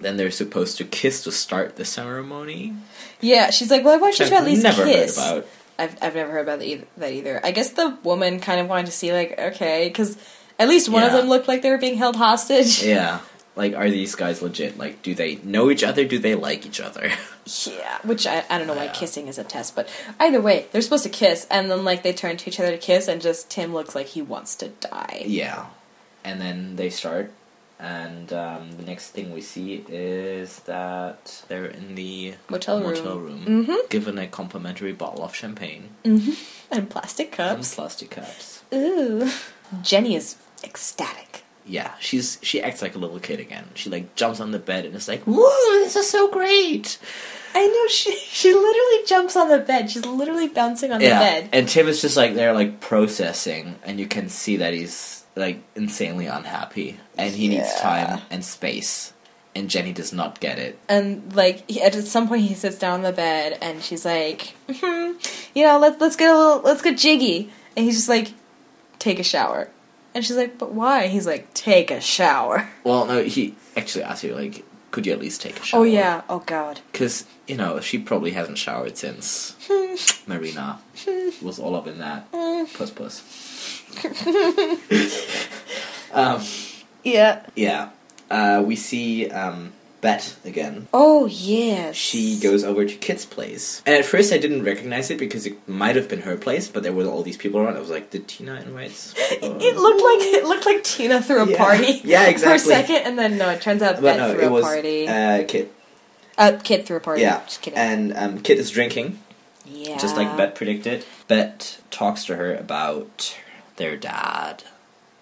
[SPEAKER 2] Then they're supposed to kiss to start the ceremony.
[SPEAKER 1] Yeah, she's like, well, why don't you
[SPEAKER 2] I've
[SPEAKER 1] at least
[SPEAKER 2] never
[SPEAKER 1] kiss?
[SPEAKER 2] heard about.
[SPEAKER 1] I've I've never heard about that either, that either. I guess the woman kind of wanted to see like, okay, because at least one of
[SPEAKER 2] Yeah.
[SPEAKER 1] them looked like they were being held hostage.
[SPEAKER 2] Yeah. Like, are these guys legit? Like, do they know each other? Do they like each other?
[SPEAKER 1] Yeah, which I, I don't know why
[SPEAKER 2] Yeah.
[SPEAKER 1] kissing is a test, but either way, they're supposed to kiss, and then like they turn to each other to kiss, and just Tim looks like he wants to die.
[SPEAKER 2] yeah. And then they start, and um, the next thing we see is that they're in the
[SPEAKER 1] Motel room. Mm-hmm.
[SPEAKER 2] motel room, given a complimentary bottle of champagne
[SPEAKER 1] And plastic
[SPEAKER 2] and
[SPEAKER 1] cups.
[SPEAKER 2] plastic cups.
[SPEAKER 1] Ooh, Jenny is ecstatic.
[SPEAKER 2] Yeah, she's she acts like a little kid again. She like jumps on the bed and is like, "Whoa, this is so great!"
[SPEAKER 1] I know she she literally jumps on the bed. She's literally bouncing on
[SPEAKER 2] yeah,
[SPEAKER 1] the bed.
[SPEAKER 2] and Tim is just like there, like processing, and you can see that he's like insanely unhappy, and he needs
[SPEAKER 1] Yeah.
[SPEAKER 2] time and space, and Jenny does not get it.
[SPEAKER 1] and like he, at some point he sits down on the bed and she's like hmm, you know let's let's get a little let's get jiggy and he's just like take a shower and she's like but why he's like take a shower
[SPEAKER 2] Well, no, he actually asked you like, could you at least take a shower?
[SPEAKER 1] oh yeah oh god
[SPEAKER 2] because you know she probably hasn't showered since Marina was all up in that
[SPEAKER 1] Mm.
[SPEAKER 2] puss puss. um,
[SPEAKER 1] yeah
[SPEAKER 2] yeah, uh, we see um, Bet again.
[SPEAKER 1] Oh yes.
[SPEAKER 2] She goes over to Kit's place. And at first I didn't recognize it because it might have been her place, but there were all these people around. I was like, did Tina invite?
[SPEAKER 1] It, it looked like it looked like Tina threw a
[SPEAKER 2] Yeah.
[SPEAKER 1] party.
[SPEAKER 2] Yeah, exactly.
[SPEAKER 1] For a second, and then no, it turns out
[SPEAKER 2] But
[SPEAKER 1] Ben
[SPEAKER 2] no,
[SPEAKER 1] threw
[SPEAKER 2] it
[SPEAKER 1] a
[SPEAKER 2] was
[SPEAKER 1] party.
[SPEAKER 2] uh, Kit.
[SPEAKER 1] uh, kid threw a party.
[SPEAKER 2] Yeah.
[SPEAKER 1] Just kidding.
[SPEAKER 2] And um, Kit is drinking,
[SPEAKER 1] yeah.
[SPEAKER 2] just like Bet predicted. Bet talks to her about their dad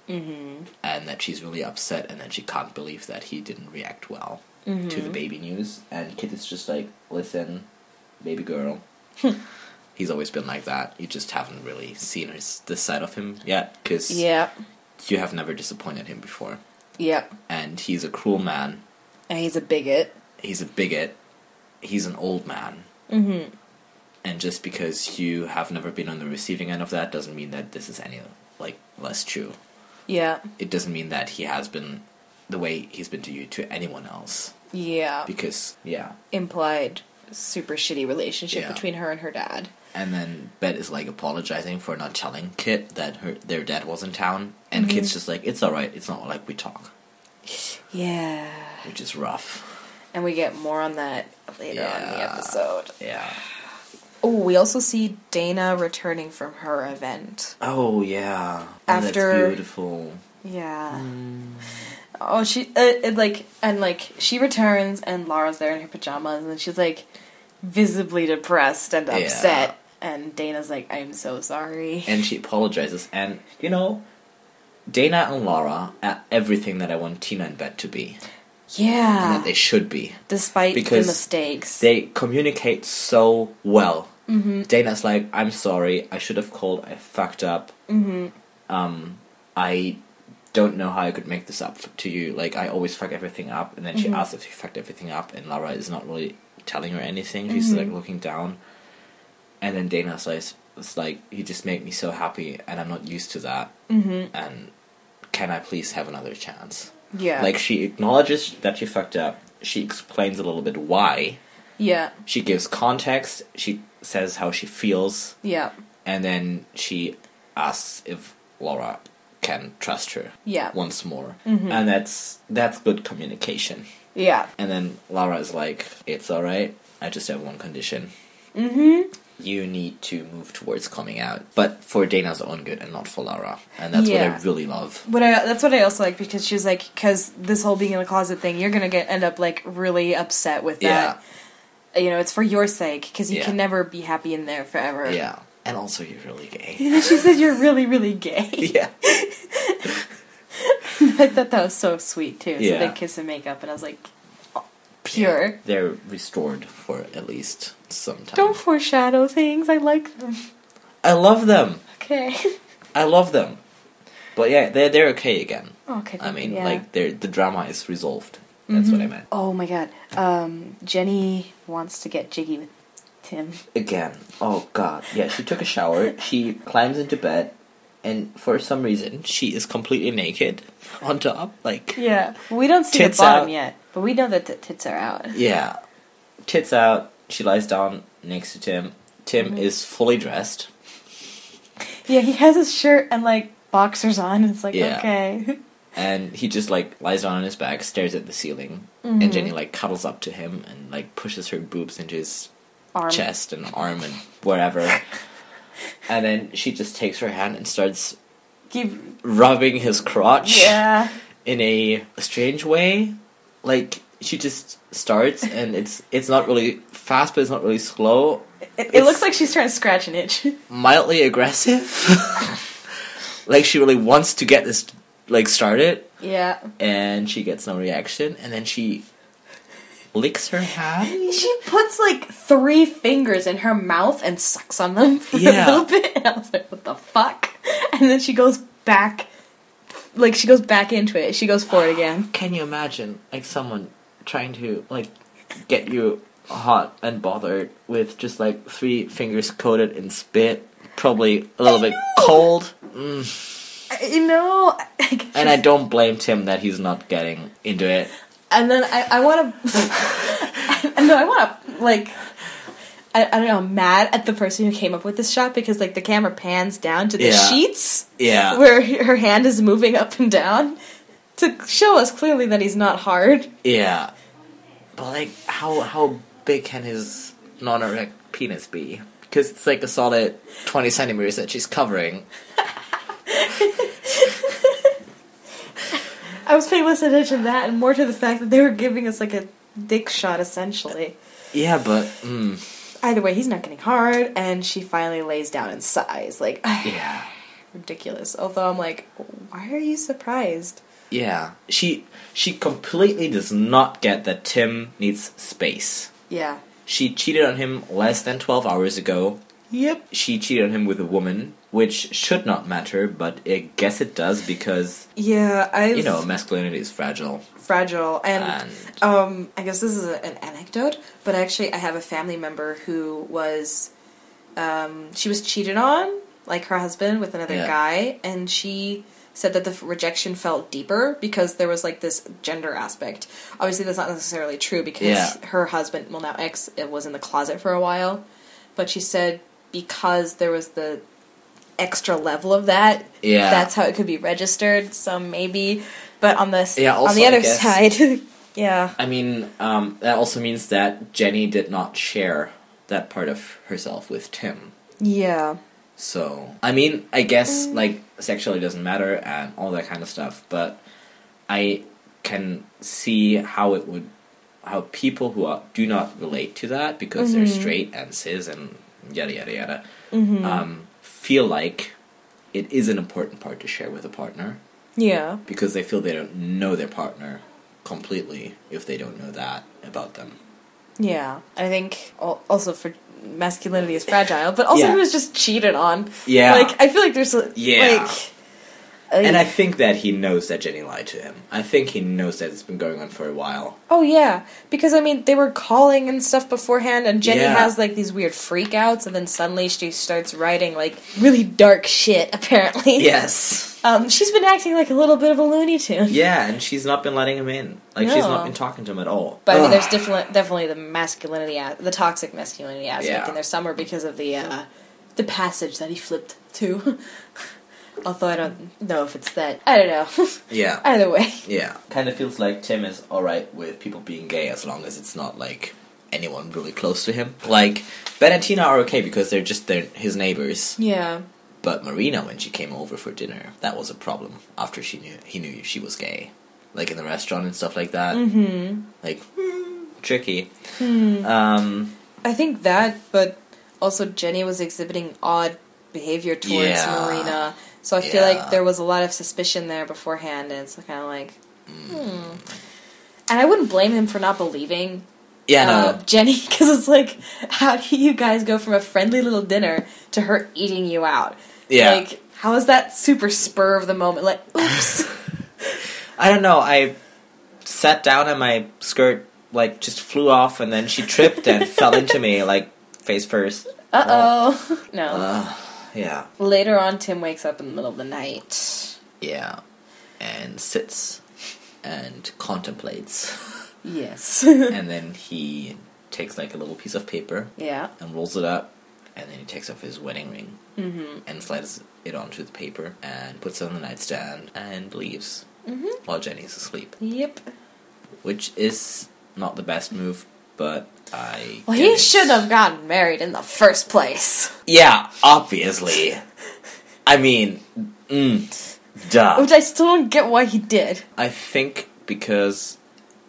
[SPEAKER 1] Mm-hmm.
[SPEAKER 2] and that she's really upset and that she can't believe that he didn't react well to the baby news. And Kit is just like, listen, baby girl. He's always been like that. You just haven't really seen his, this side of him yet because
[SPEAKER 1] Yep.
[SPEAKER 2] you have never disappointed him before.
[SPEAKER 1] Yep.
[SPEAKER 2] And he's a cruel man.
[SPEAKER 1] And he's a bigot.
[SPEAKER 2] He's a bigot. He's an old man.
[SPEAKER 1] Mm-hmm.
[SPEAKER 2] And just because you have never been on the receiving end of that doesn't mean that this is any like less true.
[SPEAKER 1] Yeah.
[SPEAKER 2] It doesn't mean that he has been the way he's been to you to anyone else.
[SPEAKER 1] Yeah.
[SPEAKER 2] Because yeah,
[SPEAKER 1] Implied super shitty relationship
[SPEAKER 2] Yeah.
[SPEAKER 1] between her and her dad.
[SPEAKER 2] and then Bet is like apologizing for not telling Kit that her their dad was in town, and Kit's just like, "It's all right. It's not like we talk,"
[SPEAKER 1] Yeah.
[SPEAKER 2] which is rough.
[SPEAKER 1] And we get more on that later on in the
[SPEAKER 2] Yeah.
[SPEAKER 1] episode.
[SPEAKER 2] Yeah.
[SPEAKER 1] Oh, we also see Dana returning from her event.
[SPEAKER 2] Oh yeah.
[SPEAKER 1] After-
[SPEAKER 2] that's beautiful.
[SPEAKER 1] Yeah.
[SPEAKER 2] Mm.
[SPEAKER 1] Oh, she uh, it, like and like she returns and Lara's there in her pajamas and she's like visibly depressed and
[SPEAKER 2] Yeah.
[SPEAKER 1] upset. And Dana's like, "I'm so sorry."
[SPEAKER 2] and she apologizes. And you know, Dana and Laura are everything that I want Tina and Bet to be, and
[SPEAKER 1] yeah.
[SPEAKER 2] that they should be.
[SPEAKER 1] Despite the
[SPEAKER 2] because
[SPEAKER 1] mistakes.
[SPEAKER 2] They communicate so well. Mm-hmm. Dana's like, "I'm sorry. I should have called. I fucked up. Mm-hmm. Um, I don't know how I could make this up f- to you. Like, I always fuck everything up." And then she asks if she fucked everything up, and Laura is not really telling her anything. She's like looking down, and then Dana says, "It's like you just make me so happy, and I'm not used to that."
[SPEAKER 1] mm-hmm.
[SPEAKER 2] and can I please have another chance?
[SPEAKER 1] Yeah.
[SPEAKER 2] Like she acknowledges that she fucked up. She explains a little bit why.
[SPEAKER 1] yeah.
[SPEAKER 2] She gives context. She says how she feels,
[SPEAKER 1] Yeah.
[SPEAKER 2] and then she asks if Laura can trust her
[SPEAKER 1] Yeah. Mm-hmm.
[SPEAKER 2] once more. And that's that's good communication.
[SPEAKER 1] Yeah.
[SPEAKER 2] And then Laura is like, "It's all right. I just have one condition.
[SPEAKER 1] Mhm.
[SPEAKER 2] You need to move towards coming out, but for Dana's own good and not for Laura." And that's
[SPEAKER 1] Yeah.
[SPEAKER 2] what I really love.
[SPEAKER 1] But I, that's what I also like because she's like, because this whole being in a closet thing, you're gonna get end up like really upset with that. You know, it's for your sake because you
[SPEAKER 2] Yeah.
[SPEAKER 1] can never be happy in there forever.
[SPEAKER 2] Yeah. Yeah. And also you're really gay.
[SPEAKER 1] And then she said, "You're really, really gay."
[SPEAKER 2] yeah.
[SPEAKER 1] I thought that was so sweet too.
[SPEAKER 2] Yeah.
[SPEAKER 1] So they kiss and make up, and I was like, oh, pure.
[SPEAKER 2] They're restored for at least some time.
[SPEAKER 1] Don't foreshadow things. I like them.
[SPEAKER 2] I love them.
[SPEAKER 1] Okay.
[SPEAKER 2] I love them. But yeah, they're they're okay again.
[SPEAKER 1] Okay.
[SPEAKER 2] I mean,
[SPEAKER 1] yeah.
[SPEAKER 2] like they're the drama is resolved. That's what I meant.
[SPEAKER 1] Oh my god. Um, Jenny wants to get jiggy with Tim.
[SPEAKER 2] Again. Oh god. Yeah, she took a shower, she climbs into bed, and for some reason she is completely naked on top. Like
[SPEAKER 1] Yeah. We don't see
[SPEAKER 2] Tits
[SPEAKER 1] the bottom
[SPEAKER 2] out.
[SPEAKER 1] yet, but we know that the tits are out.
[SPEAKER 2] Yeah. Tits out, she lies down next to Tim. Tim
[SPEAKER 1] Mm-hmm.
[SPEAKER 2] is fully dressed.
[SPEAKER 1] Yeah, he has his shirt and like boxers on. And it's like
[SPEAKER 2] Yeah.
[SPEAKER 1] okay.
[SPEAKER 2] and he just like lies down on his back, stares at the ceiling,
[SPEAKER 1] Mm-hmm.
[SPEAKER 2] and Jenny like cuddles up to him and like pushes her boobs into his
[SPEAKER 1] Arm.
[SPEAKER 2] chest and arm and wherever. and then she just takes her hand and starts
[SPEAKER 1] Give.
[SPEAKER 2] rubbing his crotch
[SPEAKER 1] Yeah.
[SPEAKER 2] in a strange way. Like she just starts and it's it's not really fast but it's not really slow.
[SPEAKER 1] It, it
[SPEAKER 2] It's-
[SPEAKER 1] looks like she's trying to scratch an itch.
[SPEAKER 2] Mildly aggressive. like she really wants to get this like started.
[SPEAKER 1] yeah.
[SPEAKER 2] and she gets no reaction, and then she licks her hand.
[SPEAKER 1] She puts like three fingers in her mouth and sucks on them for
[SPEAKER 2] Yeah.
[SPEAKER 1] a little bit. And I was like, what the fuck? And then she goes back, like she goes back into it. She goes forward again.
[SPEAKER 2] Can you imagine, like someone trying to like get you hot and bothered with just like three fingers coated in spit, probably a little bit cold. Mm.
[SPEAKER 1] I- You know, like,
[SPEAKER 2] And I don't blame Tim that he's not getting into it.
[SPEAKER 1] and then I, I want to, no, I want to like, I, I don't know, mad at the person who came up with this shot because like the camera pans down to the
[SPEAKER 2] Yeah.
[SPEAKER 1] sheets
[SPEAKER 2] Yeah,
[SPEAKER 1] where her hand is moving up and down to show us clearly that he's not hard.
[SPEAKER 2] yeah. But like, how how big can his non-erect penis be? Because it's like a solid twenty centimeters that she's covering.
[SPEAKER 1] I was paying less attention to that and more to the fact that they were giving us like a dick shot essentially.
[SPEAKER 2] Yeah, but mm,
[SPEAKER 1] Either way, he's not getting hard, and she finally lays down and sighs. Like,
[SPEAKER 2] yeah,
[SPEAKER 1] ridiculous. Although I'm like, why are you surprised?
[SPEAKER 2] yeah. She she completely does not get that Tim needs space.
[SPEAKER 1] Yeah.
[SPEAKER 2] She cheated on him less than twelve hours ago.
[SPEAKER 1] Yep.
[SPEAKER 2] She cheated on him with a woman, which should not matter, but I guess it does because
[SPEAKER 1] Yeah, I
[SPEAKER 2] you know uh, masculinity is fragile.
[SPEAKER 1] fragile and,
[SPEAKER 2] And-
[SPEAKER 1] um I guess this is a, an anecdote, but actually I have a family member who was um she was cheated on, like her husband with another
[SPEAKER 2] Yeah.
[SPEAKER 1] guy, and she said that the f- rejection felt deeper because there was like this gender aspect. Obviously that's not necessarily true because
[SPEAKER 2] Yeah.
[SPEAKER 1] her husband, well now ex, it was in the closet for a while, but she said because there was the extra level of that.
[SPEAKER 2] Yeah.
[SPEAKER 1] That's how it could be registered, so maybe. But on the
[SPEAKER 2] Yeah, also,
[SPEAKER 1] on the
[SPEAKER 2] I
[SPEAKER 1] other
[SPEAKER 2] guess-
[SPEAKER 1] side, yeah.
[SPEAKER 2] I mean, um, that also means that Jenny did not share that part of herself with Tim.
[SPEAKER 1] Yeah.
[SPEAKER 2] So, I mean, I guess, like, sexually doesn't matter and all that kind of stuff, but I can see how it would, how people who are, do not relate to that because they're
[SPEAKER 1] Mm-hmm.
[SPEAKER 2] straight and cis and yada yada yada, um, feel like it is an important part to share with a partner
[SPEAKER 1] Yeah.
[SPEAKER 2] because they feel they don't know their partner completely if they don't know that about them.
[SPEAKER 1] Yeah. I think al- also for masculinity is fragile, but also
[SPEAKER 2] Yeah.
[SPEAKER 1] he was just cheated on.
[SPEAKER 2] Yeah.
[SPEAKER 1] Like I feel like there's a-
[SPEAKER 2] Yeah.
[SPEAKER 1] like
[SPEAKER 2] And I
[SPEAKER 1] like-
[SPEAKER 2] think that he knows that Jenny lied to him. I think he knows that it's been going on for a while.
[SPEAKER 1] Oh yeah, because I mean they were calling and stuff beforehand, and Jenny
[SPEAKER 2] Yeah.
[SPEAKER 1] has like these weird freakouts, and then suddenly she starts writing like really dark shit. Apparently,
[SPEAKER 2] Yes.
[SPEAKER 1] Um, she's been acting like a little bit of a Looney Tune.
[SPEAKER 2] Yeah, and she's not been letting him in. Like she's
[SPEAKER 1] No.
[SPEAKER 2] not been talking to him at all.
[SPEAKER 1] But I mean,
[SPEAKER 2] Ugh.
[SPEAKER 1] there's definitely definitely the masculinity, as- the toxic masculinity aspect
[SPEAKER 2] Yeah.
[SPEAKER 1] in there somewhere because of the uh, the passage that he flipped to. Although I don't know if it's that. I don't know.
[SPEAKER 2] yeah,
[SPEAKER 1] Either way,
[SPEAKER 2] yeah. Kind of feels like Tim is all right with people being gay as long as it's not like anyone really close to him. Like Ben and Tina are okay because they're just their his neighbors.
[SPEAKER 1] yeah,
[SPEAKER 2] But Marina, when she came over for dinner, that was a problem after she knew he knew she was gay, like in the restaurant and stuff like that.
[SPEAKER 1] Mm.
[SPEAKER 2] Mm-hmm. Like hmm, tricky.
[SPEAKER 1] Hmm.
[SPEAKER 2] Um,
[SPEAKER 1] I think that. But also, Jenny was exhibiting odd behavior towards
[SPEAKER 2] Yeah.
[SPEAKER 1] Marina, so I feel like
[SPEAKER 2] Yeah.
[SPEAKER 1] there was a lot of suspicion there beforehand, and it's kind of like,
[SPEAKER 2] Mm.
[SPEAKER 1] hmm. And I wouldn't blame him for not believing
[SPEAKER 2] yeah, no,
[SPEAKER 1] uh, Jenny, because it's like, how do you guys go from a friendly little dinner to her eating you out?
[SPEAKER 2] yeah.
[SPEAKER 1] Like, how is that super spur of the moment? Like, oops.
[SPEAKER 2] I don't know. I sat down and my skirt like just flew off, and then she tripped and fell into me like face first.
[SPEAKER 1] uh oh. no.
[SPEAKER 2] Ugh, yeah,
[SPEAKER 1] Later on, Tim wakes up in the middle of the night.
[SPEAKER 2] yeah, and sits and contemplates,
[SPEAKER 1] Yes.
[SPEAKER 2] and then he takes like a little piece of paper
[SPEAKER 1] yeah.
[SPEAKER 2] and rolls it up, and then he takes off his wedding ring
[SPEAKER 1] Mm-hmm.
[SPEAKER 2] and slides it onto the paper and puts it on the nightstand and leaves while Jenny's asleep.
[SPEAKER 1] Yep.
[SPEAKER 2] which is not the best move, but I.
[SPEAKER 1] Well,
[SPEAKER 2] get
[SPEAKER 1] he
[SPEAKER 2] it.
[SPEAKER 1] should have gotten married in the first place.
[SPEAKER 2] Yeah, obviously. I mean, mm, duh.
[SPEAKER 1] Which I still don't get why he did.
[SPEAKER 2] I think because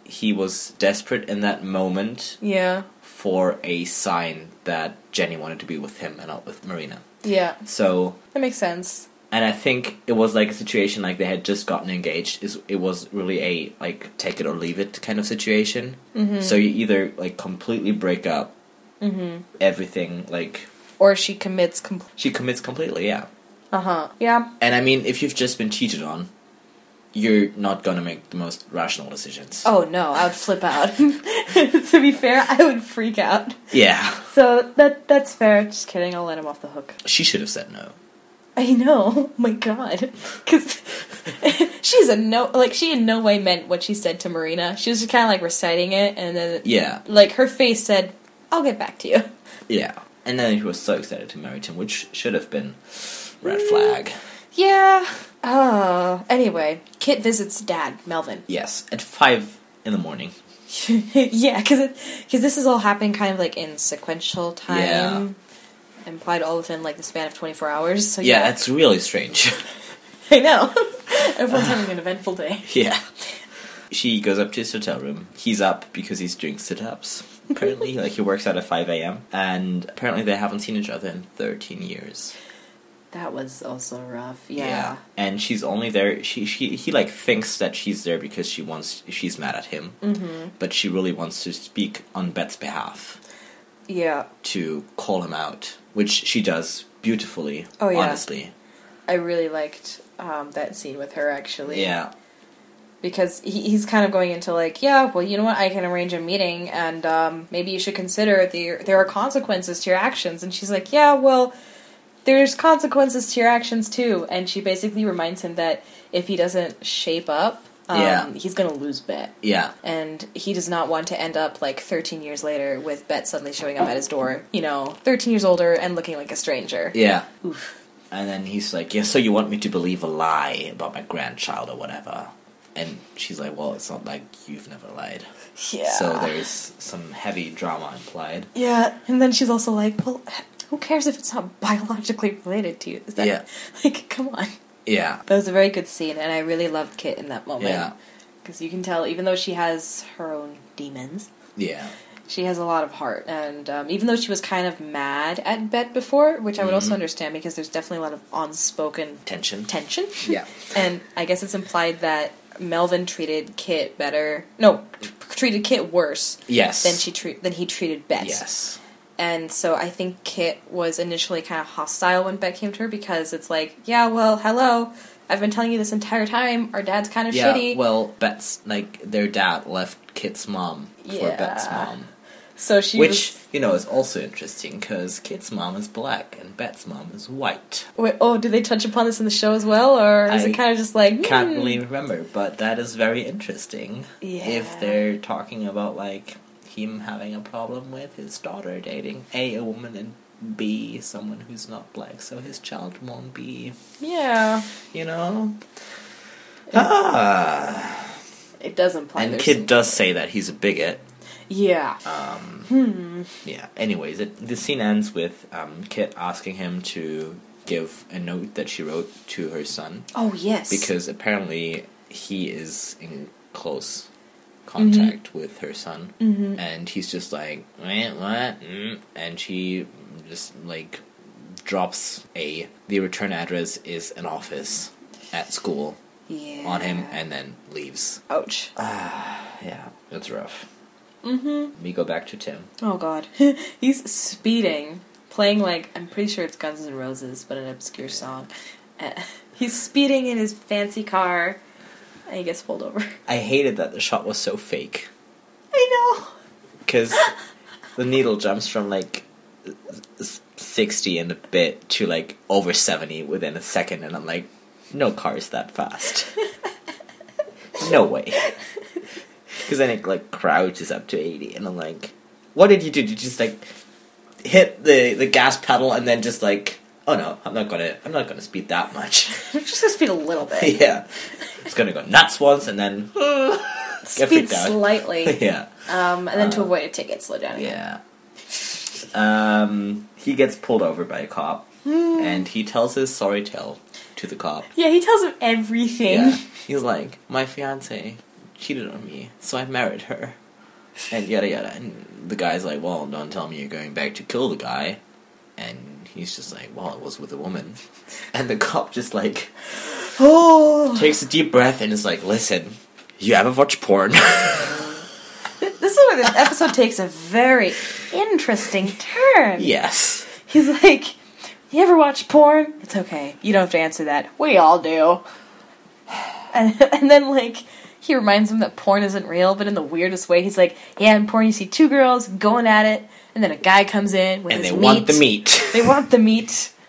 [SPEAKER 2] he was desperate in that moment
[SPEAKER 1] Yeah.
[SPEAKER 2] for a sign that Jenny wanted to be with him and not with Marina.
[SPEAKER 1] Yeah.
[SPEAKER 2] So,
[SPEAKER 1] That makes sense.
[SPEAKER 2] and I think it was like a situation like they had just gotten engaged. Is it was really a like take it or leave it kind of situation. So you either like completely break up everything, like
[SPEAKER 1] Or she commits compl-
[SPEAKER 2] she commits completely. Yeah,
[SPEAKER 1] Uh huh. Yeah.
[SPEAKER 2] and I mean, if you've just been cheated on, you're not gonna make the most rational decisions.
[SPEAKER 1] Oh no, I would flip out. to be fair, I would freak out.
[SPEAKER 2] Yeah,
[SPEAKER 1] So that that's fair. Just kidding. I'll let him off the hook.
[SPEAKER 2] she should have said no.
[SPEAKER 1] I know. Oh My God, because she's a no. Like she in no way meant what she said to Marina. She was just kind of like reciting it, and then
[SPEAKER 2] Yeah,
[SPEAKER 1] like her face said, "I'll get back to you."
[SPEAKER 2] yeah. And then he was so excited to marry Tim, which should have been red flag.
[SPEAKER 1] Yeah. Oh. Anyway, Kit visits Dad, Melvin.
[SPEAKER 2] Yes, at five in the morning.
[SPEAKER 1] yeah, because because this is all happening kind of like in sequential time,
[SPEAKER 2] Yeah.
[SPEAKER 1] implied all within like the span of twenty four hours. So
[SPEAKER 2] Yeah, it's really strange.
[SPEAKER 1] I know. Everyone's having an eventful day.
[SPEAKER 2] yeah. She goes up to his hotel room. He's up because he's doing sit ups. Apparently, like he works out at 5 a.m. And apparently, they haven't seen each other in 13 years.
[SPEAKER 1] That was also rough. Yeah.
[SPEAKER 2] And she's only there. She she he like thinks that she's there because she wants. She's mad at him,
[SPEAKER 1] Mm-hmm.
[SPEAKER 2] but she really wants to speak on Bet's behalf
[SPEAKER 1] Yeah.
[SPEAKER 2] to call him out, which she does beautifully.
[SPEAKER 1] Oh, yeah.
[SPEAKER 2] honestly,
[SPEAKER 1] I really liked um, that scene with her actually.
[SPEAKER 2] yeah,
[SPEAKER 1] Because he, he's kind of going into like, yeah, well, you know what? I can arrange a meeting, and um, maybe you should consider the there are consequences to your actions. And she's like, yeah, well, there's consequences to your actions too. And she basically reminds him that if he doesn't shape up, um,
[SPEAKER 2] Yeah.
[SPEAKER 1] he's gonna lose Bet.
[SPEAKER 2] yeah,
[SPEAKER 1] and he does not want to end up like 13 years later with Bet suddenly showing up at his door, you know, 13 years older and looking like a stranger.
[SPEAKER 2] yeah.
[SPEAKER 1] Oof.
[SPEAKER 2] And then he's like, "Yeah, so you want me to believe a lie about my grandchild or whatever?" And she's like, "Well, it's not like you've never lied."
[SPEAKER 1] Yeah.
[SPEAKER 2] So there's some heavy drama implied.
[SPEAKER 1] yeah, and then she's also like, well, who cares if it's not biologically related to you? Is that
[SPEAKER 2] Yeah.
[SPEAKER 1] like come on?
[SPEAKER 2] Yeah,
[SPEAKER 1] That was a very good scene and I really loved Kit in that moment.
[SPEAKER 2] Yeah.
[SPEAKER 1] Cuz you can tell even though she has her own demons,
[SPEAKER 2] yeah,
[SPEAKER 1] she has a lot of heart and um, even though she was kind of mad at Bet before, which I would also
[SPEAKER 2] Mhm.
[SPEAKER 1] understand because there's definitely a lot of unspoken
[SPEAKER 2] tension.
[SPEAKER 1] tension.
[SPEAKER 2] yeah,
[SPEAKER 1] And I guess it's implied that Melvin treated Kit better. No, t- treated Kit worse
[SPEAKER 2] yes.
[SPEAKER 1] than she treat than he treated Bet.
[SPEAKER 2] Yes.
[SPEAKER 1] And so I think Kit was initially kind of hostile when Bet came to her because it's like, yeah, well, hello, I've been telling you this entire time. Our dad's kind of
[SPEAKER 2] Yeah,
[SPEAKER 1] shitty.
[SPEAKER 2] well, Bet's like their dad left Kit's mom for
[SPEAKER 1] Yeah.
[SPEAKER 2] Bet's mom,
[SPEAKER 1] so she
[SPEAKER 2] which
[SPEAKER 1] was.
[SPEAKER 2] you know is also interesting because Kit's mom is black and Bet's mom is white.
[SPEAKER 1] Wait, oh, did they touch upon this in the show as well, or is
[SPEAKER 2] I
[SPEAKER 1] it kind of just like
[SPEAKER 2] Can't
[SPEAKER 1] hmm,
[SPEAKER 2] really remember, but that is very interesting.
[SPEAKER 1] Yeah.
[SPEAKER 2] If they're talking about like him having a problem with his daughter dating a a woman and b someone who's not black, so his child won't be,
[SPEAKER 1] Yeah,
[SPEAKER 2] you know. Ah.
[SPEAKER 1] it does imply.
[SPEAKER 2] And
[SPEAKER 1] Oh, there's
[SPEAKER 2] Kid
[SPEAKER 1] some-
[SPEAKER 2] does say that he's a bigot.
[SPEAKER 1] Yeah.
[SPEAKER 2] Um,
[SPEAKER 1] Hmm.
[SPEAKER 2] yeah. Anyways, it, the scene ends with um, Kit asking him to give a note that she wrote to her son
[SPEAKER 1] Oh yes.
[SPEAKER 2] because apparently he is in close contact
[SPEAKER 1] Mm-hmm.
[SPEAKER 2] with her son,
[SPEAKER 1] Mhm.
[SPEAKER 2] and he's just like, "Wait, what?" Mm," And she just like drops a the return address is an office at school
[SPEAKER 1] yeah.
[SPEAKER 2] on him, and then leaves.
[SPEAKER 1] ouch.
[SPEAKER 2] Yeah, that's rough.
[SPEAKER 1] Mm-hmm.
[SPEAKER 2] We go back to Tim.
[SPEAKER 1] Oh god. He's speeding, playing like I'm pretty sure it's Guns N' Roses, but an obscure song. Uh, He's speeding in his fancy car and he gets pulled over.
[SPEAKER 2] I hated that the shot was so fake
[SPEAKER 1] I know.
[SPEAKER 2] because the needle jumps from like s- sixty and a bit to like over seventy within a second, and I'm like, no car is that fast. no way. Because then it like crouches up to eighty, and I'm like, what did you do? Did you just like hit the the gas pedal and then just like, oh no, I'm not gonna I'm not gonna speed that much.
[SPEAKER 1] I'm just gonna speed a little bit.
[SPEAKER 2] yeah, it's gonna go nuts once and then get
[SPEAKER 1] speed
[SPEAKER 2] freaked out.
[SPEAKER 1] slightly.
[SPEAKER 2] yeah.
[SPEAKER 1] Um, and then to
[SPEAKER 2] Uh,
[SPEAKER 1] avoid a ticket, slow down again.
[SPEAKER 2] Yeah. Um, he gets pulled over by a cop, and he tells his sorry tale to the cop.
[SPEAKER 1] Yeah. he tells him everything.
[SPEAKER 2] Yeah. He's like, my fiance cheated on me, so I married her, and yada yada. And the guy's like, well, don't tell me you're going back to kill the guy. And he's just like, well, it was with a woman. And the cop just like
[SPEAKER 1] Oh
[SPEAKER 2] takes a deep breath and is like, listen, you haven't watched porn.
[SPEAKER 1] this is where this episode takes a very interesting turn.
[SPEAKER 2] yes.
[SPEAKER 1] He's like, You ever watch porn? It's okay. You don't have to answer that. We all do. And, and then, like, he reminds him that porn isn't real, but in the weirdest way, he's like, Yeah, in porn you see two girls going at it, and then a guy comes in with
[SPEAKER 2] And
[SPEAKER 1] his
[SPEAKER 2] they
[SPEAKER 1] meat.
[SPEAKER 2] want the meat.
[SPEAKER 1] They want the meat.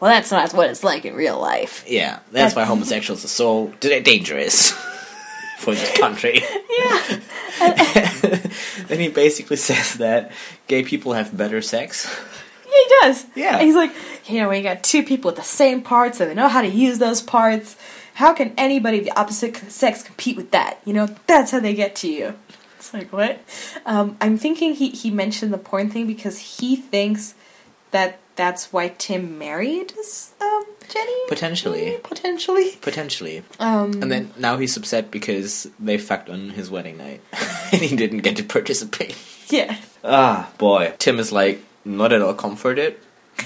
[SPEAKER 1] Well, that's not what it's like in real life.
[SPEAKER 2] Yeah, that's why homosexuals are so d- dangerous for this country.
[SPEAKER 1] Yeah.
[SPEAKER 2] then he basically says that gay people have better sex.
[SPEAKER 1] Yeah, he does.
[SPEAKER 2] Yeah.
[SPEAKER 1] And he's like, you know, when you got two people with the same parts and they know how to use those parts, How can anybody of the opposite sex compete with that? You know, that's how they get to you. It's like, what? Um, I'm thinking he, he mentioned the porn thing because he thinks that that's why Tim married um, Jenny?
[SPEAKER 2] Potentially.
[SPEAKER 1] Potentially.
[SPEAKER 2] Potentially.
[SPEAKER 1] Um,
[SPEAKER 2] And then now he's upset because they fucked on his wedding night and he didn't get to participate.
[SPEAKER 1] yeah.
[SPEAKER 2] Ah, boy. Tim is like not at all comforted.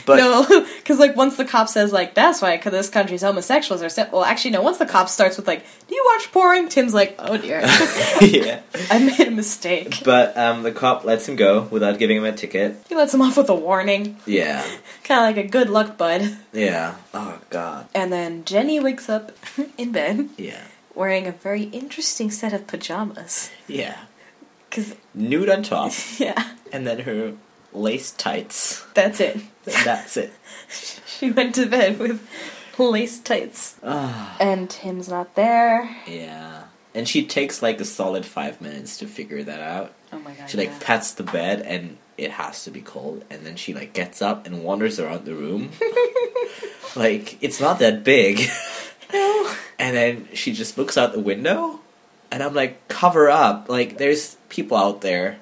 [SPEAKER 2] But
[SPEAKER 1] no, because like once the cop says like that's why cause this country's homosexuals are se-. well actually no once the cop starts with like do you watch porn Tim's like oh dear
[SPEAKER 2] yeah.
[SPEAKER 1] I made a mistake
[SPEAKER 2] But um, the cop lets him go without giving him a ticket.
[SPEAKER 1] he lets him off with a warning
[SPEAKER 2] Yeah.
[SPEAKER 1] kind of like a good luck bud
[SPEAKER 2] Yeah. Oh god.
[SPEAKER 1] and then Jenny wakes up in bed
[SPEAKER 2] Yeah.
[SPEAKER 1] wearing a very interesting set of pajamas
[SPEAKER 2] Yeah.
[SPEAKER 1] because
[SPEAKER 2] Nude on top
[SPEAKER 1] yeah
[SPEAKER 2] and then her lace tights.
[SPEAKER 1] that's it
[SPEAKER 2] That's it.
[SPEAKER 1] she went to bed with lace tights
[SPEAKER 2] Ah.
[SPEAKER 1] and Tim's not there
[SPEAKER 2] Yeah. And she takes like a solid five minutes to figure that out.
[SPEAKER 1] oh my god
[SPEAKER 2] She like
[SPEAKER 1] yeah.
[SPEAKER 2] pats the bed and it has to be cold and then she like gets up and wanders around the room. like it's not that big.
[SPEAKER 1] no
[SPEAKER 2] And then she just looks out the window and I'm like, cover up. Like there's people out there.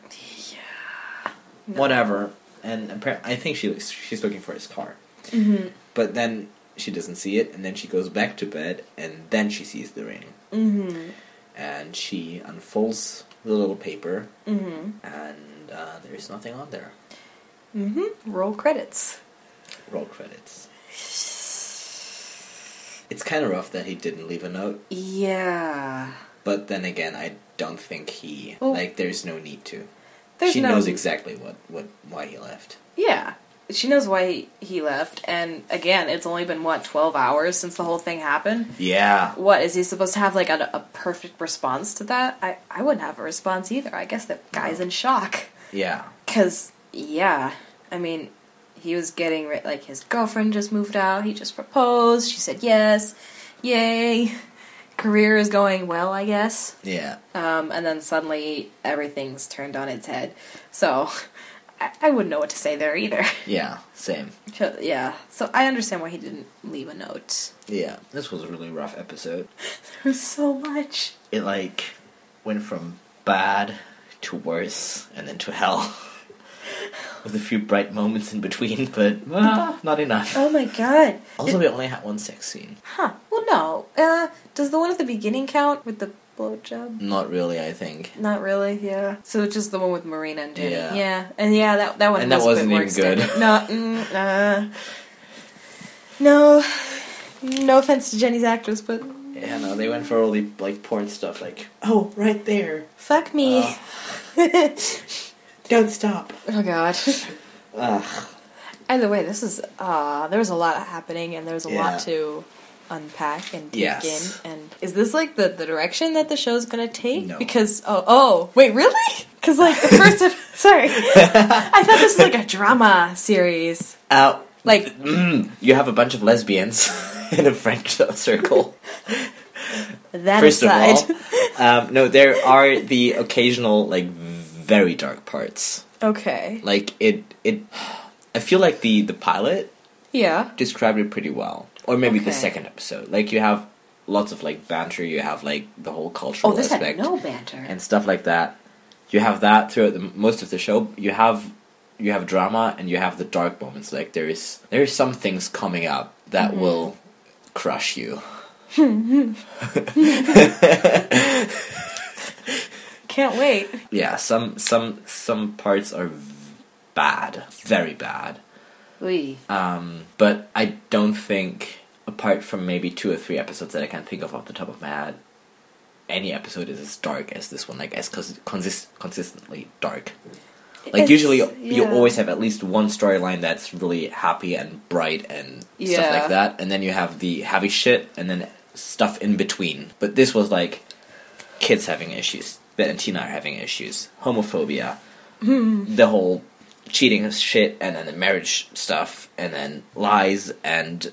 [SPEAKER 2] Yeah. Whatever. And appar- I think she she's looking for his car.
[SPEAKER 1] mm-hmm.
[SPEAKER 2] But then she doesn't see it and then she goes back to bed and then she sees the ring.
[SPEAKER 1] Mm-hmm.
[SPEAKER 2] and she unfolds the little paper,
[SPEAKER 1] Mm-hmm.
[SPEAKER 2] and uh, there's nothing on there.
[SPEAKER 1] Mm-hmm. Roll credits.
[SPEAKER 2] Roll credits. It's kind of rough that he didn't leave a note,
[SPEAKER 1] Yeah.
[SPEAKER 2] but then again, I don't think he
[SPEAKER 1] Well-
[SPEAKER 2] like. There's no need to.
[SPEAKER 1] Oh. There's
[SPEAKER 2] she
[SPEAKER 1] no.
[SPEAKER 2] knows exactly what what why he left.
[SPEAKER 1] Yeah. She knows why he left, and again, it's only been what twelve hours since the whole thing happened.
[SPEAKER 2] Yeah.
[SPEAKER 1] What is he supposed to have like a, a perfect response to that? I I wouldn't have a response either. I guess that guy's in shock
[SPEAKER 2] Yeah.
[SPEAKER 1] because yeah, I mean, he was getting ri- like his girlfriend just moved out. He just proposed. She said yes, yay. Career is going well, I guess.
[SPEAKER 2] Yeah.
[SPEAKER 1] Um, and then suddenly everything's turned on its head. So I, I wouldn't know what to say there either.
[SPEAKER 2] Yeah. Same.
[SPEAKER 1] So, yeah. So I understand why he didn't leave a note.
[SPEAKER 2] Yeah. This was a really rough episode.
[SPEAKER 1] There's so much.
[SPEAKER 2] It like went from bad to worse and then to hell. With a few bright moments in between, but ah, not enough.
[SPEAKER 1] Oh my god.
[SPEAKER 2] Also, we only had one sex scene.
[SPEAKER 1] Huh. Well, no. Uh, does the one at the beginning count with the blowjob?
[SPEAKER 2] Not really, I think.
[SPEAKER 1] Not really. Yeah. So it's just the one with Marina and Jenny.
[SPEAKER 2] Yeah.
[SPEAKER 1] Yeah. And yeah, that that one.
[SPEAKER 2] And that
[SPEAKER 1] was a bit
[SPEAKER 2] wasn't
[SPEAKER 1] more
[SPEAKER 2] even good.
[SPEAKER 1] extended. No. Mm, uh, no. No offense to Jenny's actress, but
[SPEAKER 2] Yeah, no, they went for all the like porn stuff, like oh, right there,
[SPEAKER 1] fuck me.
[SPEAKER 2] Oh. don't stop.
[SPEAKER 1] Oh god.
[SPEAKER 2] Ugh.
[SPEAKER 1] Either way, this is uh there was a lot happening and there's a
[SPEAKER 2] Yeah.
[SPEAKER 1] lot to unpack and take
[SPEAKER 2] Yes.
[SPEAKER 1] in. And is this like the, the direction that the show's gonna take?
[SPEAKER 2] No.
[SPEAKER 1] Because oh oh wait really? Because like the first ep- sorry, I thought this was like a drama series.
[SPEAKER 2] Out.
[SPEAKER 1] Like
[SPEAKER 2] Mm, you have a bunch of lesbians in a friend circle.
[SPEAKER 1] that
[SPEAKER 2] First of
[SPEAKER 1] aside.
[SPEAKER 2] all, um, no, there are the occasional like very dark parts.
[SPEAKER 1] okay.
[SPEAKER 2] Like it, it. I feel like the the pilot
[SPEAKER 1] Yeah.
[SPEAKER 2] described it pretty well, or maybe the
[SPEAKER 1] Okay.
[SPEAKER 2] second episode. Like you have lots of like banter. You have like the whole cultural
[SPEAKER 1] Oh, this had
[SPEAKER 2] aspect.
[SPEAKER 1] no banter.
[SPEAKER 2] and stuff like that. You have that throughout the, most of the show. You have you have drama and you have the dark moments. Like there is there is some things coming up
[SPEAKER 1] Mm-hmm.
[SPEAKER 2] that will crush you.
[SPEAKER 1] Can't wait.
[SPEAKER 2] Yeah, some some some parts are v- bad, very bad.
[SPEAKER 1] We.
[SPEAKER 2] Um, but I don't think, apart from maybe two or three episodes that I can think of off the top of my head, any episode is as dark as this one. Like as cons- consist- consistently dark. Like
[SPEAKER 1] It's-
[SPEAKER 2] usually, you
[SPEAKER 1] yeah.
[SPEAKER 2] always have at least one storyline that's really happy and bright and stuff
[SPEAKER 1] Yeah.
[SPEAKER 2] like that, and then you have the heavy shit and then stuff in between. But this was like kids having issues, Ben and Tina are having issues, homophobia, the whole cheating shit, and then the marriage stuff, and then lies and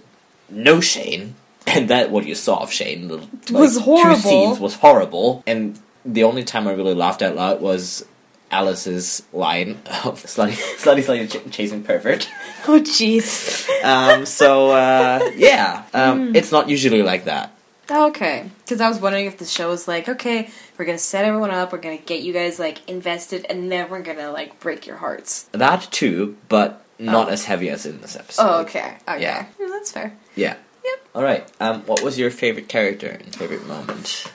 [SPEAKER 2] no Shane. And that what you saw of Shane the,
[SPEAKER 1] Was
[SPEAKER 2] Two
[SPEAKER 1] horrible.
[SPEAKER 2] scenes was horrible, and the only time I really laughed out loud was Alice's line of slutty, slutty, slutty ch- chasing pervert.
[SPEAKER 1] Oh jeez. Hmm.
[SPEAKER 2] Um, so uh, yeah, um, it's not usually like that.
[SPEAKER 1] Okay, because I was wondering if the show was like, okay, we're gonna set everyone up, we're gonna get you guys like invested, and then we're gonna like break your hearts.
[SPEAKER 2] That too, but not
[SPEAKER 1] Oh.
[SPEAKER 2] as heavy as in this episode.
[SPEAKER 1] Oh, okay, okay,
[SPEAKER 2] Yeah.
[SPEAKER 1] Yeah, that's fair.
[SPEAKER 2] Yeah.
[SPEAKER 1] Yep.
[SPEAKER 2] All right. Um, what was your favorite character and favorite moment?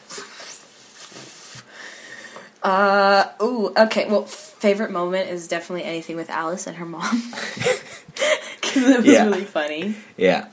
[SPEAKER 1] Uh, ooh, okay. Well, favorite moment is definitely anything with Alice and her mom. Because it was
[SPEAKER 2] Yeah.
[SPEAKER 1] really funny.
[SPEAKER 2] Yeah.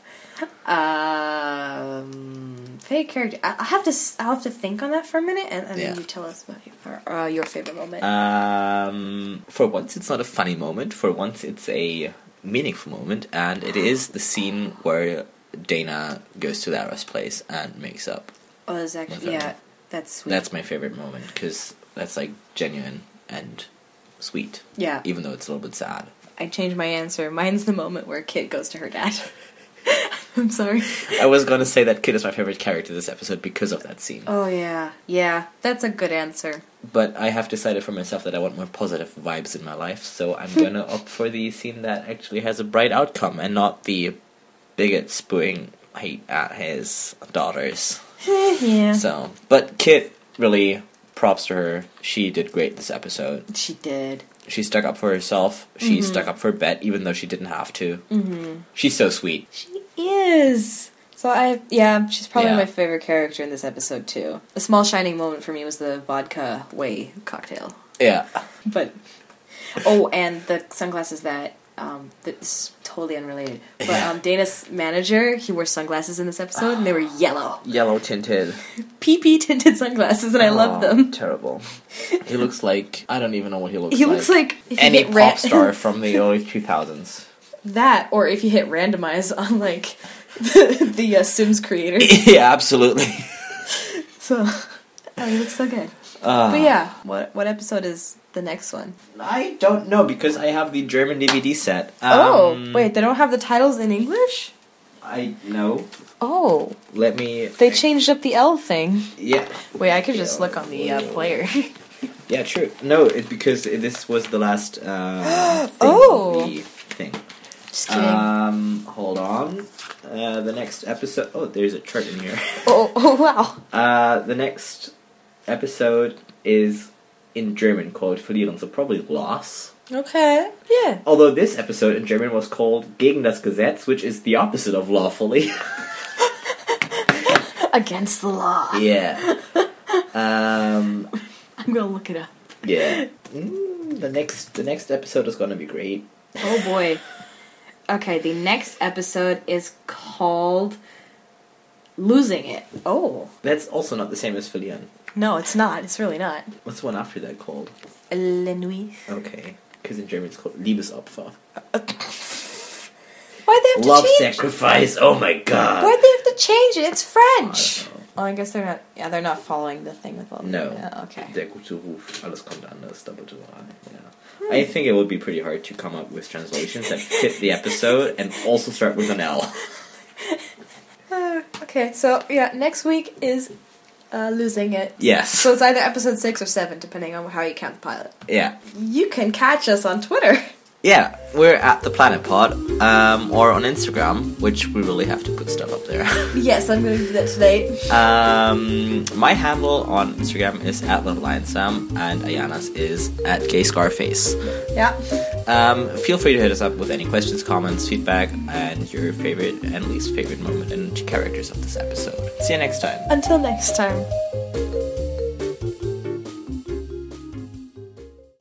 [SPEAKER 1] Um, favorite character. I- I'll have to. s- I'll have to think on that for a minute, and, and
[SPEAKER 2] Yeah.
[SPEAKER 1] then you tell us what your, uh, your favorite moment.
[SPEAKER 2] Um, for once, it's not a funny moment. For once, it's a meaningful moment, and it is the scene where Dana goes to Lara's place and makes up.
[SPEAKER 1] oh, that's actually
[SPEAKER 2] favorite.
[SPEAKER 1] yeah. That's sweet.
[SPEAKER 2] That's my favorite moment because that's like genuine and sweet,
[SPEAKER 1] yeah.
[SPEAKER 2] even though it's a little bit sad.
[SPEAKER 1] I changed my answer. Mine's the moment where Kit goes to her dad. I'm sorry.
[SPEAKER 2] I was gonna say that Kid is my favorite character this episode because of that scene,
[SPEAKER 1] Oh yeah, yeah. That's a good answer.
[SPEAKER 2] but I have decided for myself that I want more positive vibes in my life, so I'm gonna opt for the scene that actually has a bright outcome and not the bigot spewing hate at his daughters.
[SPEAKER 1] yeah.
[SPEAKER 2] So, but Kit really props to her. She did great this episode.
[SPEAKER 1] She did.
[SPEAKER 2] She stuck up for herself. She
[SPEAKER 1] Mm-hmm.
[SPEAKER 2] stuck up for Bet, even though she didn't have to. Mm-hmm. She's so sweet.
[SPEAKER 1] She is. So I yeah, she's probably
[SPEAKER 2] Yeah.
[SPEAKER 1] my favorite character in this episode too. A small shining moment for me was the vodka whey cocktail.
[SPEAKER 2] Yeah.
[SPEAKER 1] But oh, and the sunglasses that um that's totally unrelated. But
[SPEAKER 2] Yeah.
[SPEAKER 1] um Dana's manager, he wore sunglasses in this episode and they were yellow.
[SPEAKER 2] Yellow tinted.
[SPEAKER 1] PP tinted sunglasses and I love them.
[SPEAKER 2] Terrible. He looks like I don't even know what he looks
[SPEAKER 1] He
[SPEAKER 2] like.
[SPEAKER 1] looks like if you
[SPEAKER 2] any
[SPEAKER 1] hit ran-
[SPEAKER 2] pop star from the early two thousands.
[SPEAKER 1] that or if you hit randomize on like the, the uh, Sims creator.
[SPEAKER 2] yeah, absolutely.
[SPEAKER 1] So oh, he looks so good.
[SPEAKER 2] Uh,
[SPEAKER 1] But yeah, what what episode is the next one?
[SPEAKER 2] I don't know because I have the German DVD set.
[SPEAKER 1] oh,
[SPEAKER 2] Um,
[SPEAKER 1] wait, they don't have the titles in English?
[SPEAKER 2] I know.
[SPEAKER 1] Oh,
[SPEAKER 2] Let me.
[SPEAKER 1] they changed up the L thing.
[SPEAKER 2] Yeah.
[SPEAKER 1] Wait, I could just look on the uh, player.
[SPEAKER 2] Yeah, true. No, it, because this was the last um, thing.
[SPEAKER 1] Oh.
[SPEAKER 2] The thing.
[SPEAKER 1] just kidding.
[SPEAKER 2] Um, hold on. Uh, the next episode. Oh, there's a chart in here.
[SPEAKER 1] oh, oh, wow.
[SPEAKER 2] Uh, the next episode is in German called Verlieren, so probably loss.
[SPEAKER 1] Okay. Yeah.
[SPEAKER 2] Although this episode in German was called Gegen das Gesetz, which is the opposite of lawfully.
[SPEAKER 1] Against the law.
[SPEAKER 2] yeah. Um,
[SPEAKER 1] I'm gonna look it up.
[SPEAKER 2] yeah. Mm, the next the next episode is gonna be great.
[SPEAKER 1] Oh boy. Okay, the next episode is called Losing It. Oh.
[SPEAKER 2] That's also not the same as Verlieren.
[SPEAKER 1] No, it's not. It's really not.
[SPEAKER 2] What's the one after that called?
[SPEAKER 1] Le Nuit.
[SPEAKER 2] Okay. Because in German it's called Liebesopfer.
[SPEAKER 1] Why'd they have to
[SPEAKER 2] Love
[SPEAKER 1] change
[SPEAKER 2] sacrifice, oh my god!
[SPEAKER 1] Why'd they have to change it? It's French.
[SPEAKER 2] I don't know.
[SPEAKER 1] Oh, I guess they're not. Yeah, they're not following the thing with all.
[SPEAKER 2] No.
[SPEAKER 1] Yeah, okay.
[SPEAKER 2] Der gute Ruf, alles kommt anders, doppelte Moral. Yeah. I think it would be pretty hard to come up with translations that fit the episode and also start with an L.
[SPEAKER 1] Uh, okay, so yeah, next week is uh, losing it.
[SPEAKER 2] Yes.
[SPEAKER 1] So it's either episode six or seven, depending on how you count the pilot.
[SPEAKER 2] Yeah.
[SPEAKER 1] You can catch us on Twitter.
[SPEAKER 2] Yeah, we're at the Planet Pod, um, or on Instagram, which we really have to put stuff up there.
[SPEAKER 1] yes, I'm going to do that today.
[SPEAKER 2] um, my handle on Instagram is at LoveLionSam, and Ayana's is at GayScarface.
[SPEAKER 1] Yeah.
[SPEAKER 2] Um, feel free to hit us up with any questions, comments, feedback, and your favorite and least favorite moment and characters of this episode. See you next time.
[SPEAKER 1] Until next time.